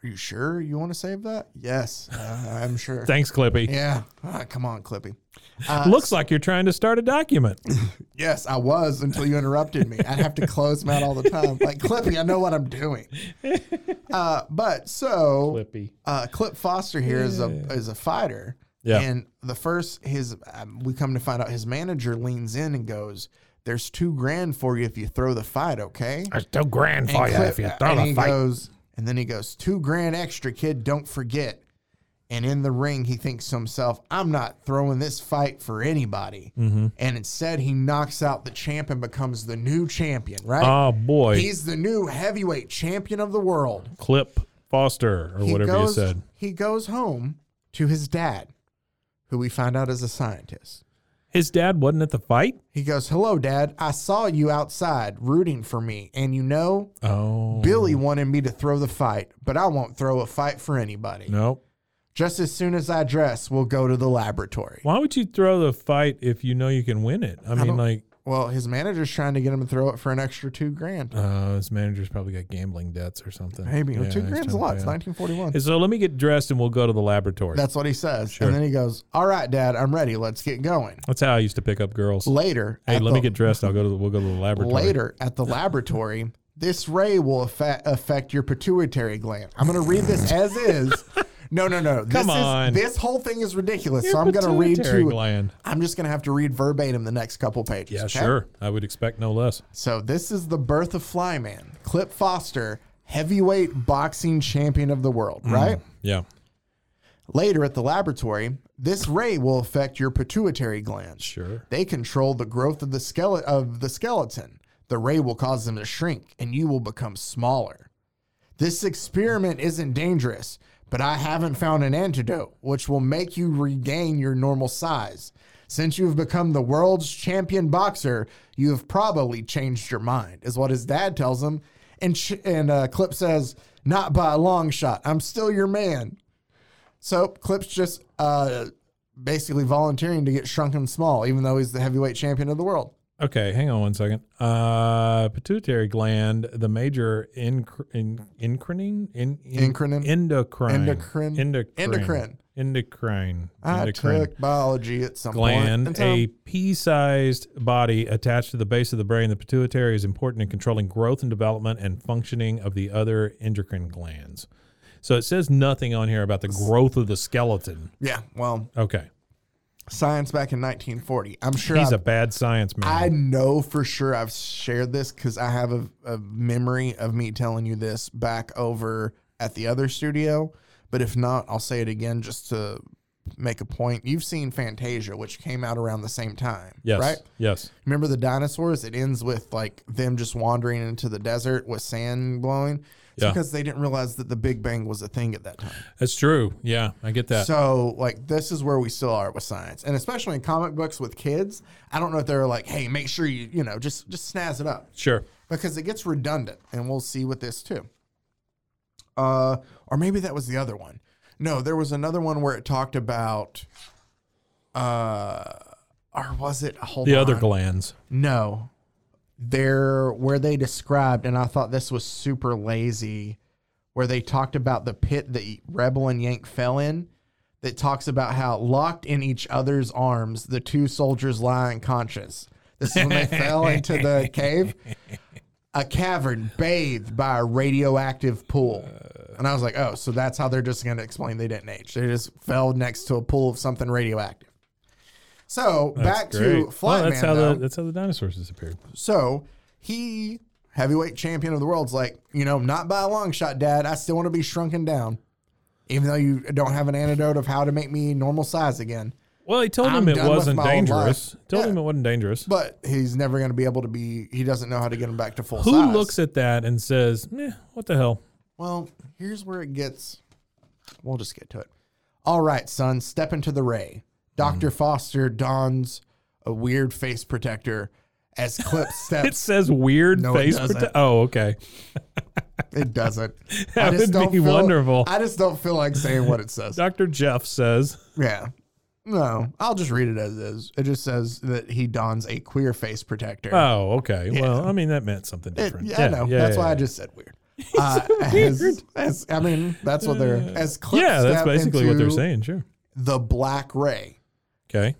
B: Are you sure you want to save that? Yes, uh, I'm
C: <laughs>
B: sure.
C: Thanks, Clippy.
B: yeah. Ah, come on, Clippy.
C: Looks like you're trying to start a document.
B: Yes, I was until you interrupted me. I'd have to close him out all the time. Like, Clippy, I know what I'm doing. Uh, but so,
C: Clippy.
B: uh, Clip Foster here is a is a fighter.
C: Yeah.
B: And the first, his um, we come to find out his manager leans in and goes, "There's two grand for you if you throw the fight, okay?"
C: That's too grand
B: And Clip- and he goes, and then he goes, two grand extra, kid. Don't forget. And in the ring, he thinks to himself, I'm not throwing this fight for anybody.
C: Mm-hmm.
B: And instead, he knocks out the champ and becomes the new champion, right?
C: Oh, boy.
B: He's the new heavyweight champion of the world.
C: Clip Foster, or whatever
B: goes,
C: you said.
B: He goes home to his dad, who we find out is a scientist.
C: His dad wasn't at the fight?
B: He goes, Hello, Dad. I saw you outside rooting for me. And you know,
C: Oh.
B: Billy wanted me to throw the fight, but I won't throw a fight for anybody.
C: Nope.
B: Just as soon as I dress, we'll go to the laboratory.
C: Why would you throw the fight if you know you can win it? I mean,
B: don't-
C: like,
B: Well, his manager's trying to get him to throw it for an extra two grand.
C: uh, his manager's probably got gambling debts or something.
B: Maybe
C: Yeah,
B: two grand's
C: he's trying
B: a
C: to
B: lot.
C: pay
B: It's
C: off.
B: 1941.
C: So let me get dressed and we'll go to the laboratory.
B: That's what he says. And then he goes, "All right, Dad, I'm ready. Let's get going."
C: That's how I used to pick up girls.
B: Later,
C: hey,
B: at
C: let
B: the,
C: me get dressed. I'll go to the, we'll go to the laboratory.
B: later at
C: <laughs>
B: the laboratory. This ray will affect, affect your pituitary gland. I'm going to read this as
C: <laughs>
B: is. No, no, no. This
C: Come
B: is,
C: on.
B: This whole thing is ridiculous.
C: Your
B: so I'm going to read
C: pituitary
B: to.
C: gland.
B: I'm just going to have to read verbatim the next couple pages.
C: Yeah,
B: okay?
C: sure. I would expect no less.
B: So this is the birth of Flyman, Clip Foster, heavyweight boxing champion of the world,
C: Mm.
B: right?
C: Yeah.
B: Later at the laboratory, this ray will affect your pituitary gland.
C: Sure.
B: They control the growth of the skeleton of the skeleton. The ray will cause them to shrink and you will become smaller. This experiment isn't dangerous, but I haven't found an antidote which will make you regain your normal size. Since you've become the world's champion boxer, you have probably changed your mind, is what his dad tells him. And sh- and uh, Clip says, "Not by a long shot. I'm still your man." So Clip's just uh, basically volunteering to get shrunken small, even though he's the heavyweight champion of the world.
C: Okay, hang on one second. Uh, pituitary gland, the major incr- in, increnin, in, in,
B: Increnin?
C: endocrine,
B: Endocrine.
C: endocrine,
B: Endocrine.
C: endocrine,
B: I
C: endocrine
B: took biology at some
C: gland,
B: point. in time.
C: a pea-sized body attached to the base of the brain. The pituitary is important in controlling growth and development and functioning of the other endocrine glands. So it says nothing on here about the growth of the skeleton.
B: yeah, well,
C: Okay,
B: science back in 1940. I'm sure
C: he's
B: I've-
C: a bad science man.
B: I know for sure I've shared this because I have a, a memory of me telling you this back over at the other studio. But if not, I'll say it again just to make a point. You've seen Fantasia, which came out around the same time,
C: yes,
B: right?
C: yes,
B: Remember the dinosaurs? It ends with like them just wandering into the desert with sand blowing. It's
C: Yeah.
B: because they didn't realize that the Big Bang was a thing at that time.
C: that's true. Yeah, I get that.
B: So, like, this is where we still are with science, and especially in comic books with kids. I don't know if they're like, "Hey, make sure you, you know, just just snazz it up,"
C: sure.
B: because it gets redundant, and we'll see with this too. Uh, or maybe that was the other one. No, there was another one where it talked about, uh, or was it? Hold
C: The other
B: on.
C: glands.
B: No. There where they described, and I thought this was super lazy, where they talked about the pit that Rebel and Yank fell in. That talks about how locked in each other's arms, the two soldiers lie unconscious. This is when they fell into
C: <laughs>
B: the cave, a cavern bathed by a radioactive pool. And I was like, oh, so that's how they're just going to explain they didn't age. They just fell next to a pool of something radioactive. So back
C: That's
B: to
C: great.
B: Flatman.
C: Well, that's how
B: though.
C: the that's how the dinosaurs disappeared.
B: So he, heavyweight champion of the world's like, you know, not by a long shot, Dad. I still want to be shrunken down, even though you don't have an antidote of how to make me normal size again.
C: Well, he told
B: I'm
C: him it
B: done with
C: wasn't
B: my old
C: dangerous.
B: life.
C: Told
B: Yeah.
C: him it wasn't dangerous.
B: But he's never going to be able to be. He doesn't know how to get him back to full
C: Who
B: size.
C: looks at that and says, "Eh, what the hell?"
B: Well, here's where it gets. We'll just get to it. All right, son, step into the ray. Doctor
C: Mm.
B: Foster dons a weird face protector as Clip steps.
C: <laughs> It says weird
B: No, it
C: face.
B: doesn't.
C: prote- oh, okay.
B: it doesn't.
C: <laughs> That
B: I just
C: would
B: don't
C: be
B: feel-
C: wonderful.
B: I just don't feel like saying what it says.
C: Doctor Jeff says,
B: Yeah. No, I'll just read it as is. It just says that he dons a queer face protector.
C: "Oh, okay. Well, I mean that meant something
B: It-
C: different."
B: yeah, I know. that's why I just said weird. Uh,
C: <laughs>
B: As, as- I mean, that's what they're as clips.
C: Yeah, that's
B: step
C: basically what they're
B: into
C: saying. Sure.
B: The black ray
C: Okay.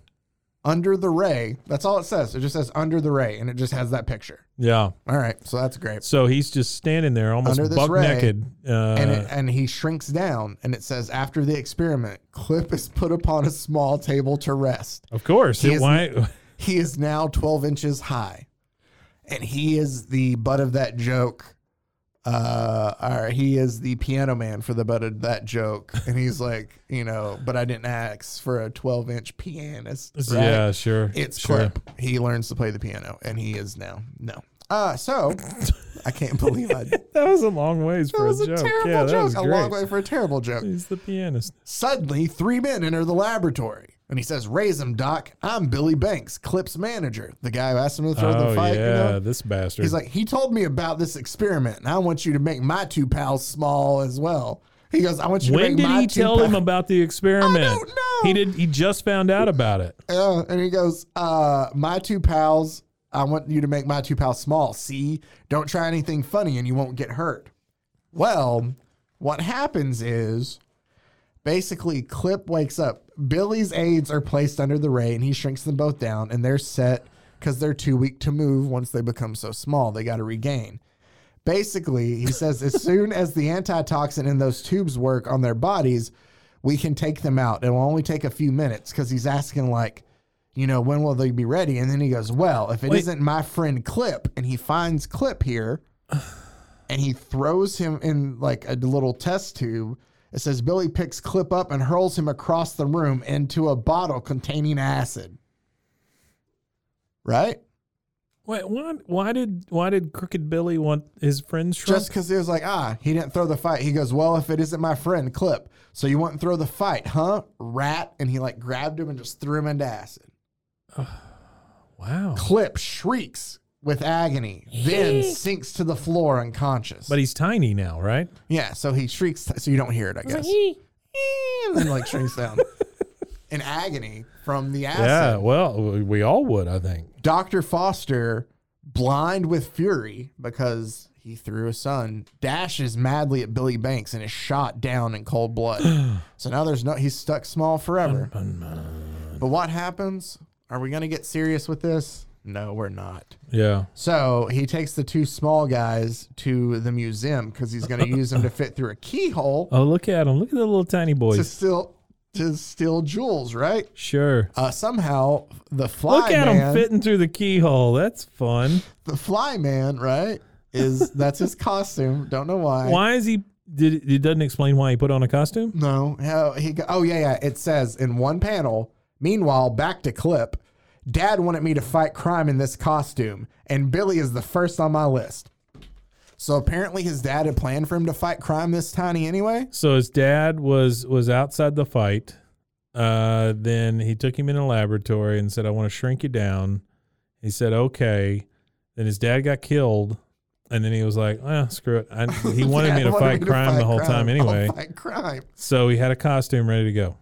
B: under the ray. That's all it says. It just says under the ray, and it just has that picture.
C: Yeah.
B: All right, so that's great.
C: So he's just standing there, almost
B: Under this
C: buck
B: ray,
C: naked. Uh,
B: and it, and he shrinks down, and it says after the experiment, Clip is put upon a small table to rest.
C: of course.
B: he
C: It,
B: is-
C: why?
B: He is now 12 inches high. And he is the butt of that joke. Uh, or he is the piano man for the butt of that joke. And he's <laughs> like, you know, but I didn't ask for a 12 inch pianist. right?
C: <laughs> Yeah. Sure.
B: It's
C: sure.
B: Clip. He learns to play the piano, and he is now. No. Uh,
C: <laughs>
B: so I can't believe I. That
C: That was a long ways for
B: was
C: a
B: a
C: joke.
B: terrible
C: yeah, that was
B: joke. A
C: great.
B: long way for a terrible joke.
C: He's the pianist.
B: Suddenly, three men enter the laboratory. And he says, Raise him, Doc. I'm Billy Banks, Clip's manager. The guy who asked him to throw
C: Oh
B: the fight.
C: yeah,
B: you know?
C: this bastard.
B: He's like, He told me about this experiment, and I want you to make my two pals small as well. He goes, I want you to
C: when
B: make
C: did
B: my
C: he
B: two
C: tell him
B: pals-
C: about the experiment?
B: know.
C: He did. He just found out about it.
B: Uh, and he goes, uh, My two pals, I want you to make my two pals small. See, don't try anything funny and you won't get hurt. Well, what happens is basically Clip wakes up. Billy's aides are placed under the ray and he shrinks them both down and they're set because they're too weak to move once they become so small. They got to regain. Basically, he says, as soon as the antitoxin in those tubes work on their bodies, we can take them out. It will only take a few minutes because he's asking, like, you know, when will they be ready? And then he goes, well, if it
C: Wait.
B: not my friend Clip, and he finds Clip here and he throws him in like a little test tube. It says Billy picks Clip up and hurls him across the room into a bottle containing acid. Right?
C: Wait, why? Why did? Why did Crooked Billy want his friends shrunk?
B: Just because he was like, ah, he didn't throw the fight. He goes, well, if it isn't my friend Clip, so you wouldn't throw the fight, huh? Rat. And he like grabbed him and just threw him into acid.
C: wow.
B: Clip shrieks with agony, then sinks to the floor unconscious.
C: But he's tiny now, right?
B: yeah, so he shrieks, so you don't hear it, I guess. and then like shrinks
C: <laughs>
B: down in agony from the acid.
C: Yeah, well, we all would, I think.
B: Dr. Foster, blind with fury because he threw his son, dashes madly at Billy Banks and is shot down in cold
C: <sighs>
B: blood. so now there's no, he's stuck small forever. But what happens? Are we going to get serious with this? No, we're not.
C: Yeah.
B: So he takes the two small guys to the museum because he's going to use
C: <laughs>
B: them to fit through a keyhole
C: Oh, look at him. Look at the little tiny
B: to
C: boys.
B: steal to steal jewels, right?
C: Sure.
B: Uh, somehow the fly
C: Look at
B: man,
C: him fitting through the keyhole. That's fun.
B: the fly man, right? Is that's his costume? Don't know why.
C: Why is he? Did it doesn't explain why he put on a costume?
B: No, how he? Go, oh yeah, yeah. It says in one panel. Meanwhile, back to clip. Dad wanted me to fight crime in this costume, and Billy is the first on my list. So apparently, his dad had planned for him to fight crime this tiny anyway.
C: So his dad was was outside the fight. Uh, then he took him in a laboratory and said, "I want to shrink you down." He said, "Okay." Then his dad got killed, and then he was like, "Ah, screw it."
B: <laughs>
C: I, he wanted
B: Dad
C: me to
B: wanted
C: fight crime
B: fight
C: the whole
B: crime. <laughs> Oh
C: time
B: I'll
C: anyway,
B: fight crime.
C: so he had a costume ready to go,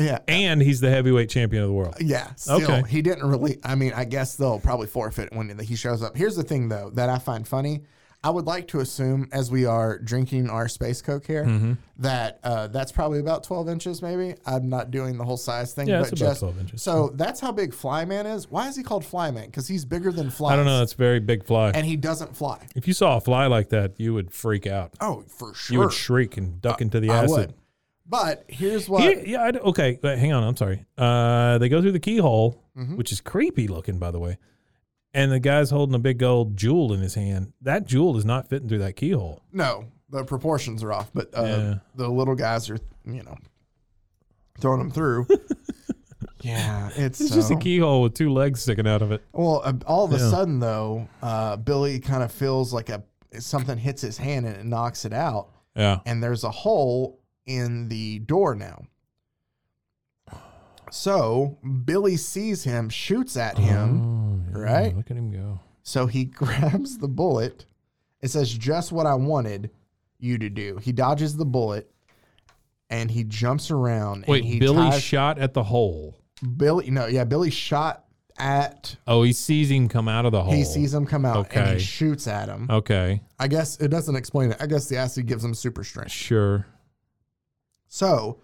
B: Yeah.
C: and he's the heavyweight champion of the world.
B: Yeah. Still,
C: Okay.
B: He didn't really. I mean, I guess they'll probably forfeit when he shows up. Here's the thing, though, that I find funny. I would like to assume, as we are drinking our space coke here,
C: Mm-hmm.
B: that uh, that's probably about 12 inches, maybe. I'm not doing the whole size thing,
C: Yeah,
B: but
C: it's about
B: just
C: 12 inches.
B: so that's how big Flyman is. Why is he called Flyman? Because he's bigger than flies.
C: I don't know. That's a very big fly.
B: And he doesn't fly.
C: if you saw a fly like that, you would freak out.
B: Oh, for sure. Uh,
C: You would shriek and duck into the
B: I
C: acid.
B: would. But here's what.
C: Yeah, yeah. I d okay, but hang on. I'm sorry. Uh, they go through the keyhole, which is creepy looking, by the way. And the guy's holding a big gold jewel in his hand. That jewel is not fitting through that keyhole.
B: No, the proportions are off, but uh,
C: Yeah.
B: the little guys are, you know, throwing them
C: <laughs>
B: through. yeah, it's,
C: It's just a
B: so-
C: keyhole with two legs sticking out of it.
B: Well, uh, all of a
C: Yeah.
B: sudden though, uh, Billy kind of feels like a something hits his hand and it knocks it out,
C: Yeah.
B: and there's a hole in the door now. So Billy sees him, shoots at
C: Oh.
B: him. Right?
C: Look at him go.
B: So he <laughs> grabs the bullet. It says just what I wanted you to do. He dodges the bullet and he jumps around.
C: Wait,
B: and he
C: Billy
B: ties-
C: shot at the hole.
B: Billy. No, yeah, Billy shot at.
C: Oh, he sees him come out of the hole.
B: He sees him come out and
C: Oh, Okay. Oh.
B: he shoots at him.
C: Okay,
B: I guess it doesn't explain it. I guess the acid gives him super strength.
C: sure.
B: So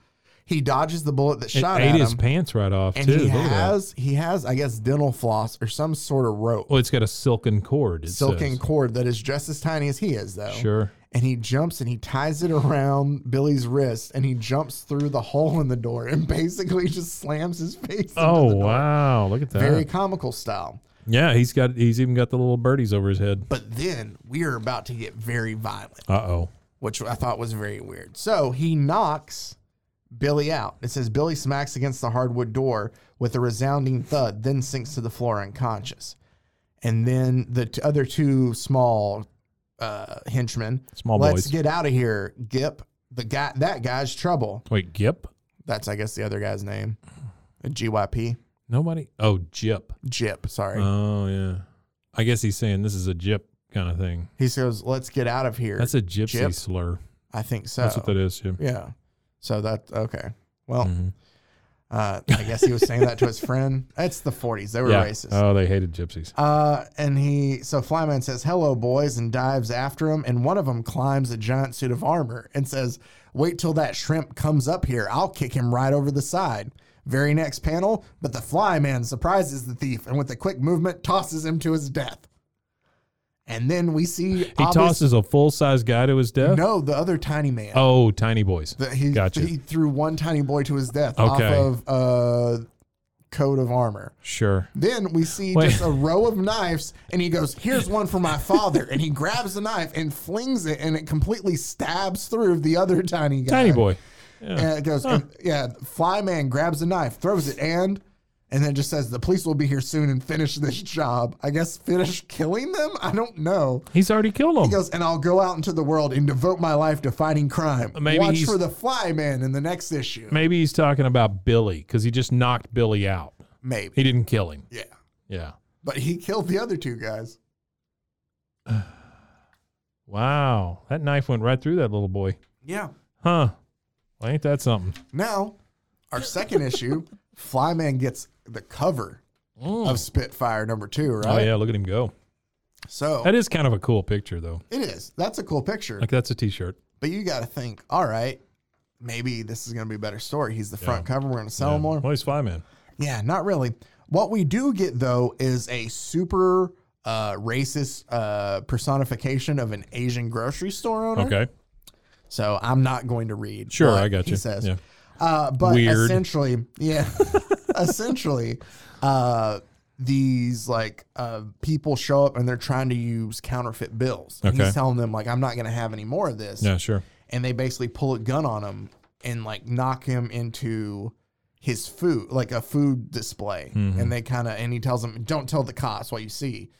B: he dodges the bullet that
C: It
B: shot
C: ate
B: at
C: his
B: him,
C: pants right off
B: and
C: too.
B: he
C: Look at that.
B: has he has I guess dental floss or some sort of rope,
C: Oh, it's got a silken cord. It
B: silken
C: says.
B: cord that is just as tiny as he is though.
C: Sure.
B: and he jumps and he ties it around Billy's wrist and he jumps through the hole in the door and <laughs> basically just slams his face.
C: Oh
B: into the door.
C: wow! Look at that.
B: Very comical style.
C: Yeah, he's got he's even got the little birdies over his head.
B: But then we are about to get very violent,
C: Uh oh.
B: which I thought was very weird. So he knocks Billy out. It says Billy smacks against the hardwood door with a resounding thud, then sinks to the floor unconscious. And then the t- other two small uh, henchmen,
C: Small
B: let's
C: boys.
B: get out of here, Gip. The guy, that guy's trouble.
C: Wait, Gip?
B: That's I guess the other guy's name. GYP.
C: Nobody? Oh, Jip.
B: Jip, sorry.
C: Oh yeah. I guess he's saying this is a Jip kind of thing.
B: he says, "Let's get out of here."
C: That's a gypsy
B: Er, Jip? Oh.
C: slur.
B: I think so.
C: That's what that is, Jim.
B: Yeah. So that okay. Well,
C: Mhm.
B: uh, I guess he was saying that to his friend. It's the 40s. They were
C: <laughs> Yeah.
B: racist.
C: Oh, they hated gypsies.
B: Uh, and he so Flyman says hello boys and dives after him and one of them climbs a giant suit of armor and says wait till that shrimp comes up here I'll kick him right over the side. Very next panel, but the Flyman surprises the thief and with a quick movement tosses him to his death. And then we see
C: He tosses a full size guy to his death.
B: no the other tiny man.
C: Oh, tiny boys.
B: That he,
C: gotcha.
B: he threw one tiny boy to his death
C: Okay.
B: off of uh, coat of armor.
C: sure.
B: Then we see
C: Wait.
B: just a row of knives, and he goes, "Here's one for my father," and he grabs the knife and flings it, and it completely stabs through the other tiny guy.
C: Tiny boy.
B: And it goes, and- yeah. Flyman grabs the knife, throws it, and and then just says, "The police will be here soon and finish this job." I guess finish killing them. I don't know.
C: He's already killed him.
B: He goes, and I'll go out into the world and devote my life to fighting crime.
C: Maybe
B: Watch
C: he's-
B: for the Flyman in the next issue.
C: Maybe he's talking about Billy because he just knocked Billy out.
B: Maybe.
C: He didn't kill him.
B: Yeah.
C: Yeah.
B: But he killed the other two guys.
C: Wow, that knife went right through that little boy.
B: Yeah.
C: Huh? Well, ain't that something?
B: Now, our second
C: <laughs>
B: issue, Flyman gets the cover of Spitfire number two, right?
C: Mm. Oh yeah, look at him go.
B: So
C: That is kind of a cool picture, though.
B: it is. That's a cool picture.
C: Like that's a T-shirt.
B: But you got to think, all right, maybe this is going to be a better story. He's the front cover. We're going to sell
C: Yeah.
B: Oh, more.
C: Well, he's Flyman.
B: Yeah, not really. What we do get though is a super uh, racist uh, personification of an Asian grocery store owner.
C: Okay.
B: So I'm not going to read.
C: Sure,
B: what
C: I got you.
B: He says.
C: Yeah.
B: Uh, but
C: Weird.
B: essentially,
C: <laughs>
B: yeah, essentially, uh, these like uh, people show up and they're trying to use counterfeit bills. And
C: Okay.
B: He's telling them like, I'm not going to have any more of this.
C: Yeah. Sure.
B: And they basically pull a gun on him and like knock him into his food, like a food display.
C: Mm-hmm.
B: And they kind of and he tells them, don't tell the cops what you see,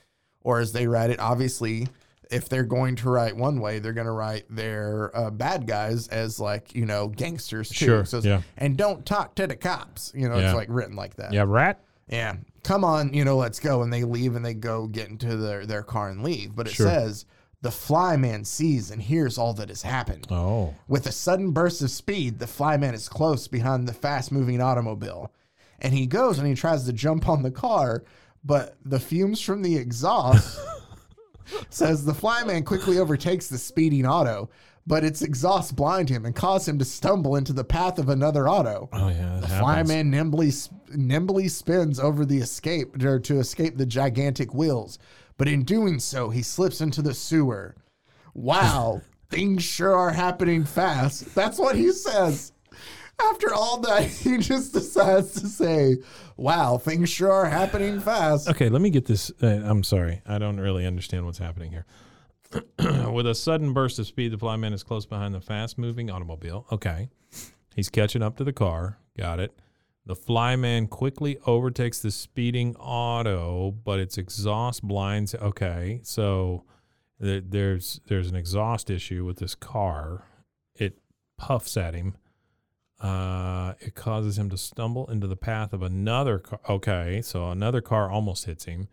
B: or as they write it, obviously. If they're going to write one way, they're going to write their uh, bad guys as like you know gangsters too.
C: Sure,
B: So it's-
C: yeah.
B: and don't talk to the cops. You know,
C: Yeah.
B: it's like written like that.
C: Yeah. Rat.
B: Yeah. Come on, you know, let's go. And they leave and they go get into their, their car and leave. But it
C: Sure.
B: says the flyman sees and hears all that has happened.
C: Oh.
B: With a sudden burst of speed, the flyman is close behind the fast moving automobile. And he goes and he tries to jump on the car, but the fumes from the
C: <laughs>
B: exhaust says the flyman quickly overtakes the speeding auto, but its exhaust blind him and cause him to stumble into the path of another auto.
C: Oh yeah. That
B: The
C: happens.
B: flyman nimbly sp- nimbly spins over the escape or to escape the gigantic wheels, but in doing so, he slips into the sewer.
C: <laughs>
B: Wow, things sure are happening fast. That's what he says. After all that, <laughs> he just decides to say, "Wow, things sure are happening fast."
C: Okay, let me get this. Uh, I'm sorry, I don't really understand what's happening here. <clears throat> With a sudden burst of speed, the flyman is close behind the fast-moving automobile. Okay, he's catching up to the car. Got it. The flyman quickly overtakes the speeding auto, but its exhaust blinds. Okay, so th- there's there's an exhaust issue with this car. It puffs at him. Uh, it causes him to stumble into the path of another car. Okay, so another car almost hits him.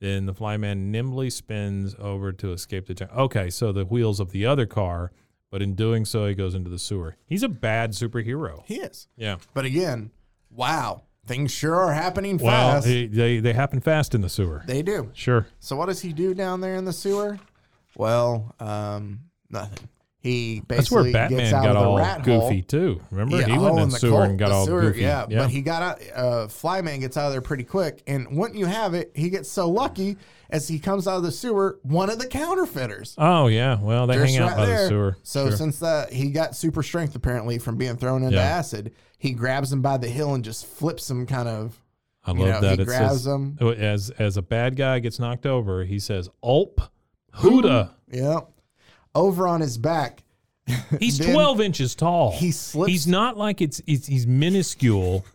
C: Then the flyman nimbly spins over to escape the. Gi- okay, so the wheels of the other car, but in doing so, he goes into the sewer. He's a bad superhero.
B: He is,
C: Yeah.
B: but again, wow, things sure are happening
C: Well,
B: fast.
C: they, they they happen fast in the sewer.
B: they do.
C: Sure.
B: So what does he do down there in the sewer? Well, um, nothing. He basically
C: That's where Batman
B: gets out
C: got
B: of the
C: all
B: rat
C: goofy
B: hole.
C: too. Remember, he
B: oh,
C: went in
B: and
C: the sewer
B: col-
C: and got
B: the
C: all
B: sewer,
C: goofy.
B: Yeah, but he got out. Uh, Flyman gets out of there pretty quick, and wouldn't you have it? He gets so lucky as he comes out of the sewer, one of the counterfeiters.
C: Oh yeah. Well, they
B: Just
C: hang out
B: right
C: by
B: there.
C: the sewer.
B: So
C: Sure.
B: since that he got super strength apparently from being thrown into
C: Yeah.
B: acid, he grabs him by the heel and just flips him kind of.
C: I
B: You
C: love
B: know,
C: that.
B: he
C: it
B: grabs
C: says,
B: them.
C: oh, as as a bad guy gets knocked over, he says, "Ulp, Huda."
B: Yeah. Over on his back,
C: He's
B: Then
C: twelve inches tall.
B: he slips-
C: He's not like it's, it's he's minuscule.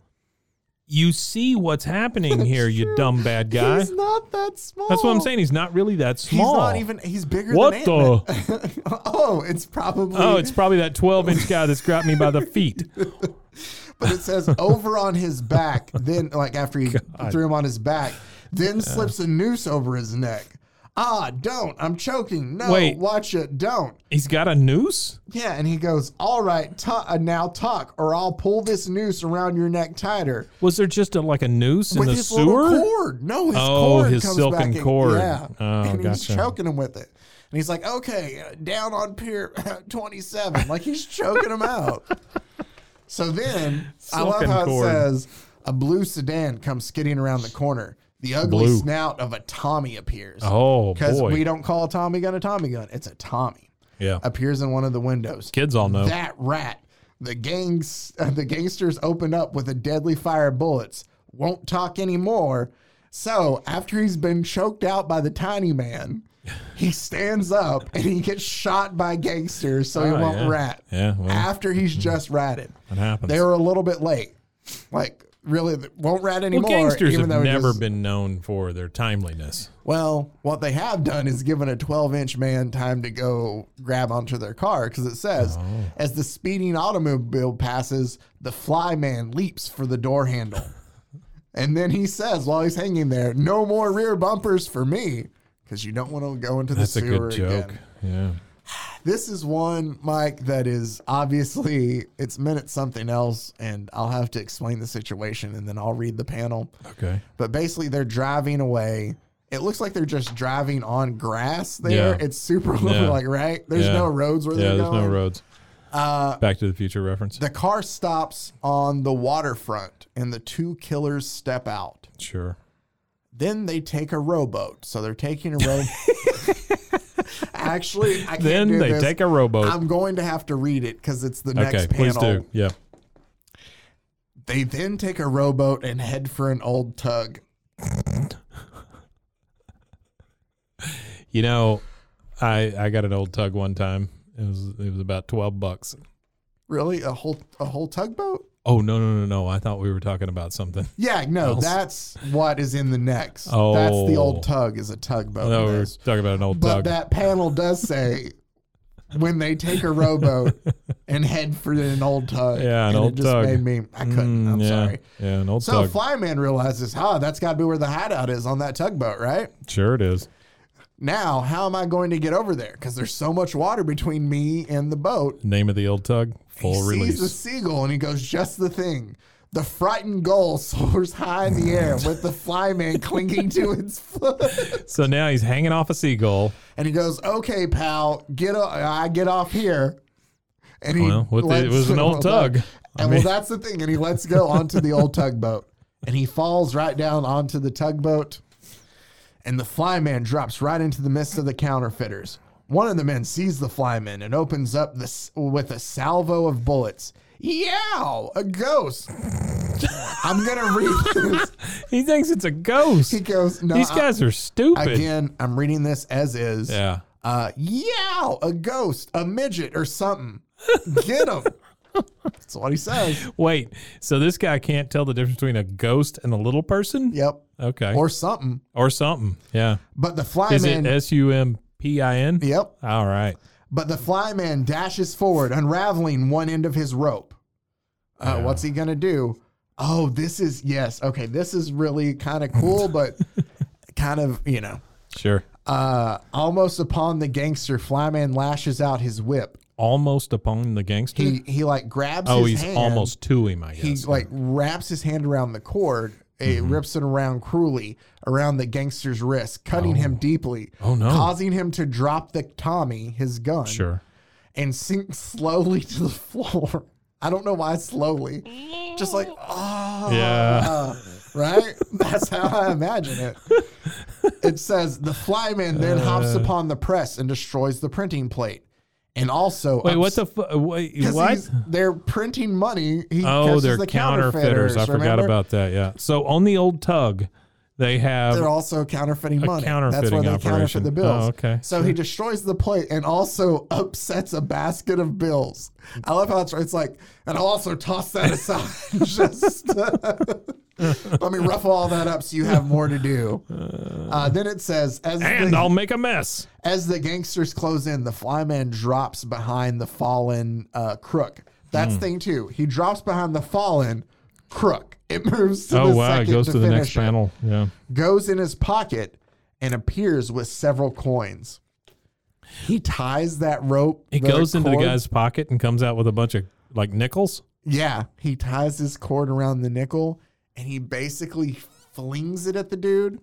C: You see what's happening here, you dumb bad guy.
B: he's not that small.
C: That's what I'm saying. He's not really that small.
B: He's not even. He's bigger
C: What
B: than
C: the-
B: Ant-Man. <laughs> oh, it's probably.
C: Oh, it's probably that 12 inch guy that's grabbed me
B: <laughs>
C: by the feet.
B: but it says over on his back. Then, like after
C: <laughs>
B: he threw him on his back, then slips a noose over his neck. Ah, don't! I'm choking. No,
C: Wait.
B: watch it. Don't.
C: He's got a noose.
B: Yeah, and he goes, "All right, tu- uh, now tuck, or I'll pull this noose around your neck tighter."
C: Was there just a, like a noose in
B: with
C: the
B: his
C: sewer?
B: little cord. No, his
C: Oh,
B: cord
C: his
B: comes
C: silken
B: back and-
C: cord.
B: yeah,
C: Oh,
B: and he's
C: gotcha.
B: choking him with it. And he's like, "Okay, uh, down on pier <laughs> 27." Like he's choking him out. So then, I love
C: Silken
B: how
C: cord.
B: it says a blue sedan comes skidding around the corner. The ugly
C: Blue.
B: snout of a Tommy appears.
C: Oh,
B: because
C: boy.
B: we don't call a Tommy gun a Tommy gun; it's a Tommy.
C: yeah.
B: Appears in one of the windows
C: Kids all know.
B: that rat. The gangs, <laughs> uh, the gangsters open up with a deadly fire of bullets. Won't talk anymore. So after he's been choked out by the tiny
C: <laughs>
B: man, he stands up and he gets shot by gangsters, so he
C: Oh,
B: won't
C: yeah.
B: rat.
C: Yeah, well.
B: after he's just ratted,
C: It happens.
B: they were a little bit late. Like really, th- won't rat
C: well,
B: anymore.
C: gangsters
B: even
C: have
B: though he
C: never
B: just-
C: been known for their timeliness.
B: Well, what they have done is given a 12 inch man time to go grab onto their car because it
C: Oh.
B: says, as the speeding automobile passes, the fly man leaps for the door
C: <laughs>
B: handle. and then he says, while he's hanging there, no more rear bumpers for me. because you don't want to go into the
C: That's a
B: sewer
C: good joke.
B: again.
C: Yeah.
B: This is one, Mike, that is obviously it's meant at something else, and I'll have to explain the situation and then I'll read the panel.
C: Okay.
B: But basically, they're driving away. It looks like they're just driving on grass there.
C: Yeah.
B: It's super
C: Yeah.
B: like right. There's
C: Yeah.
B: no roads where
C: Yeah.
B: they're
C: There's
B: going.
C: no roads.
B: Uh,
C: Back to the Future reference.
B: The car stops on the waterfront, and the two killers step out.
C: Sure.
B: Then they take a rowboat. So they're taking a
C: <laughs>
B: rowboat. Actually, I can't
C: Then
B: do
C: they
B: this.
C: take a rowboat.
B: I'm going to have to read it because it's the
C: okay.
B: next
C: Please
B: panel.
C: do. Yeah.
B: They then take a rowboat and head for an old tug.
C: You know, I I got an old tug one time. It was it was about twelve bucks.
B: Really, a whole a whole tugboat?
C: Oh no no no no! I thought we were talking about something. <laughs>
B: Yeah, no,
C: Else.
B: that's what is in the next. that's the
C: Oh.
B: old tug is a tugboat.
C: No,
B: in
C: we were
B: this.
C: talking about an old
B: But
C: tug.
B: that panel does say when they take a
C: <laughs>
B: rowboat and head for an old tug.
C: Yeah, an
B: and
C: old
B: it just
C: tug.
B: made me. I couldn't.
C: Mm,
B: I'm
C: yeah,
B: sorry.
C: Yeah, an old
B: So
C: tug.
B: Flyman realizes, huh, that's got to be where the hideout is on that tugboat, right?
C: sure it is.
B: Now, how am I going to get over there? Because there's so much water between me and the boat.
C: Name of the old tug. Full
B: he sees
C: release.
B: the seagull and he goes, just the thing. The frightened gull <laughs> soars high in the
C: <laughs>
B: air with the flyman clinging to its foot.
C: So now he's hanging off a seagull.
B: And he goes, "Okay, pal, get o- I get off here." And he
C: Well, what the- it was
B: <laughs>
C: an old tug. I
B: And
C: mean-
B: well, that's the thing. And he lets go onto the old tugboat, and he falls right down onto the tugboat, and the flyman drops right into the midst of the counterfeiters. One of the men sees the flyman and opens up this with a salvo of bullets. Yow! A ghost. I'm gonna read this.
C: <laughs> He thinks it's a ghost.
B: He goes, "No."
C: These
B: I-
C: guys are stupid.
B: again, I'm reading this as is
C: Yeah.
B: uh, yow, a ghost, a midget, or something. Get
C: <laughs>
B: him. That's what he says.
C: Wait. So this guy can't tell the difference between a ghost and a little person?
B: Yep.
C: Okay. Or,
B: Or something.
C: something. Yeah.
B: But the
C: Is
B: flyman.
C: it S U M P I N?
B: Yep.
C: All right.
B: But the flyman dashes forward, unraveling one end of his rope. Uh, What's he going to do? Oh, this is, yes. Okay. This is really kind of
C: <laughs>
B: cool, but kind of, you know.
C: Sure.
B: Uh, almost upon the gangster, flyman lashes out his whip.
C: Almost upon the gangster.
B: He, he like grabs
C: oh,
B: his
C: he's
B: hand.
C: almost to him, I guess.
B: he like wraps his hand around the cord. It
C: Mm-hmm.
B: rips it around cruelly around the gangster's wrist, cutting him deeply.
C: Oh, no.
B: Causing him to drop the Tommy, his gun,
C: sure.
B: and sink slowly to the floor. I don't know why slowly, just like oh
C: Yeah.
B: right? That's how I imagine it. It says the flyman then hops
C: Uh.
B: upon the press and destroys the printing plate, and also
C: Wait,
B: ups-
C: what the fu- wait,
B: 'cause
C: what?
B: he's- They're printing money. He
C: Oh,
B: catches
C: they're
B: the
C: counterfeiters.
B: counterfeiters.
C: I forgot
B: remember?
C: about that. Yeah. So on the old tug, they have
B: they're also counterfeiting
C: a
B: money. That's
C: counterfeiting
B: where they
C: operation.
B: counterfeit the bills.
C: Oh, okay.
B: So he destroys the plate and also <laughs> upsets a basket of bills. I love how it's, it's like, and I'll also toss that aside. <laughs> Just <laughs> let me ruffle all that up so you have more to
C: <laughs>
B: do. Uh, then it says, as
C: and
B: the,
C: I'll make a mess.
B: as the gangsters close in, the flyman drops behind the fallen uh, crook. That's
C: Hmm.
B: thing two. He drops behind the fallen crook. It moves to
C: Oh
B: the
C: wow! It
B: second
C: goes to, the next
B: finish it
C: panel. Yeah.
B: goes in his pocket and appears with several coins. He ties that rope.
C: He goes into the
B: cord-
C: guy's pocket and comes out with a bunch of like nickels.
B: Yeah, he ties his cord around the nickel and he basically flings it at the dude.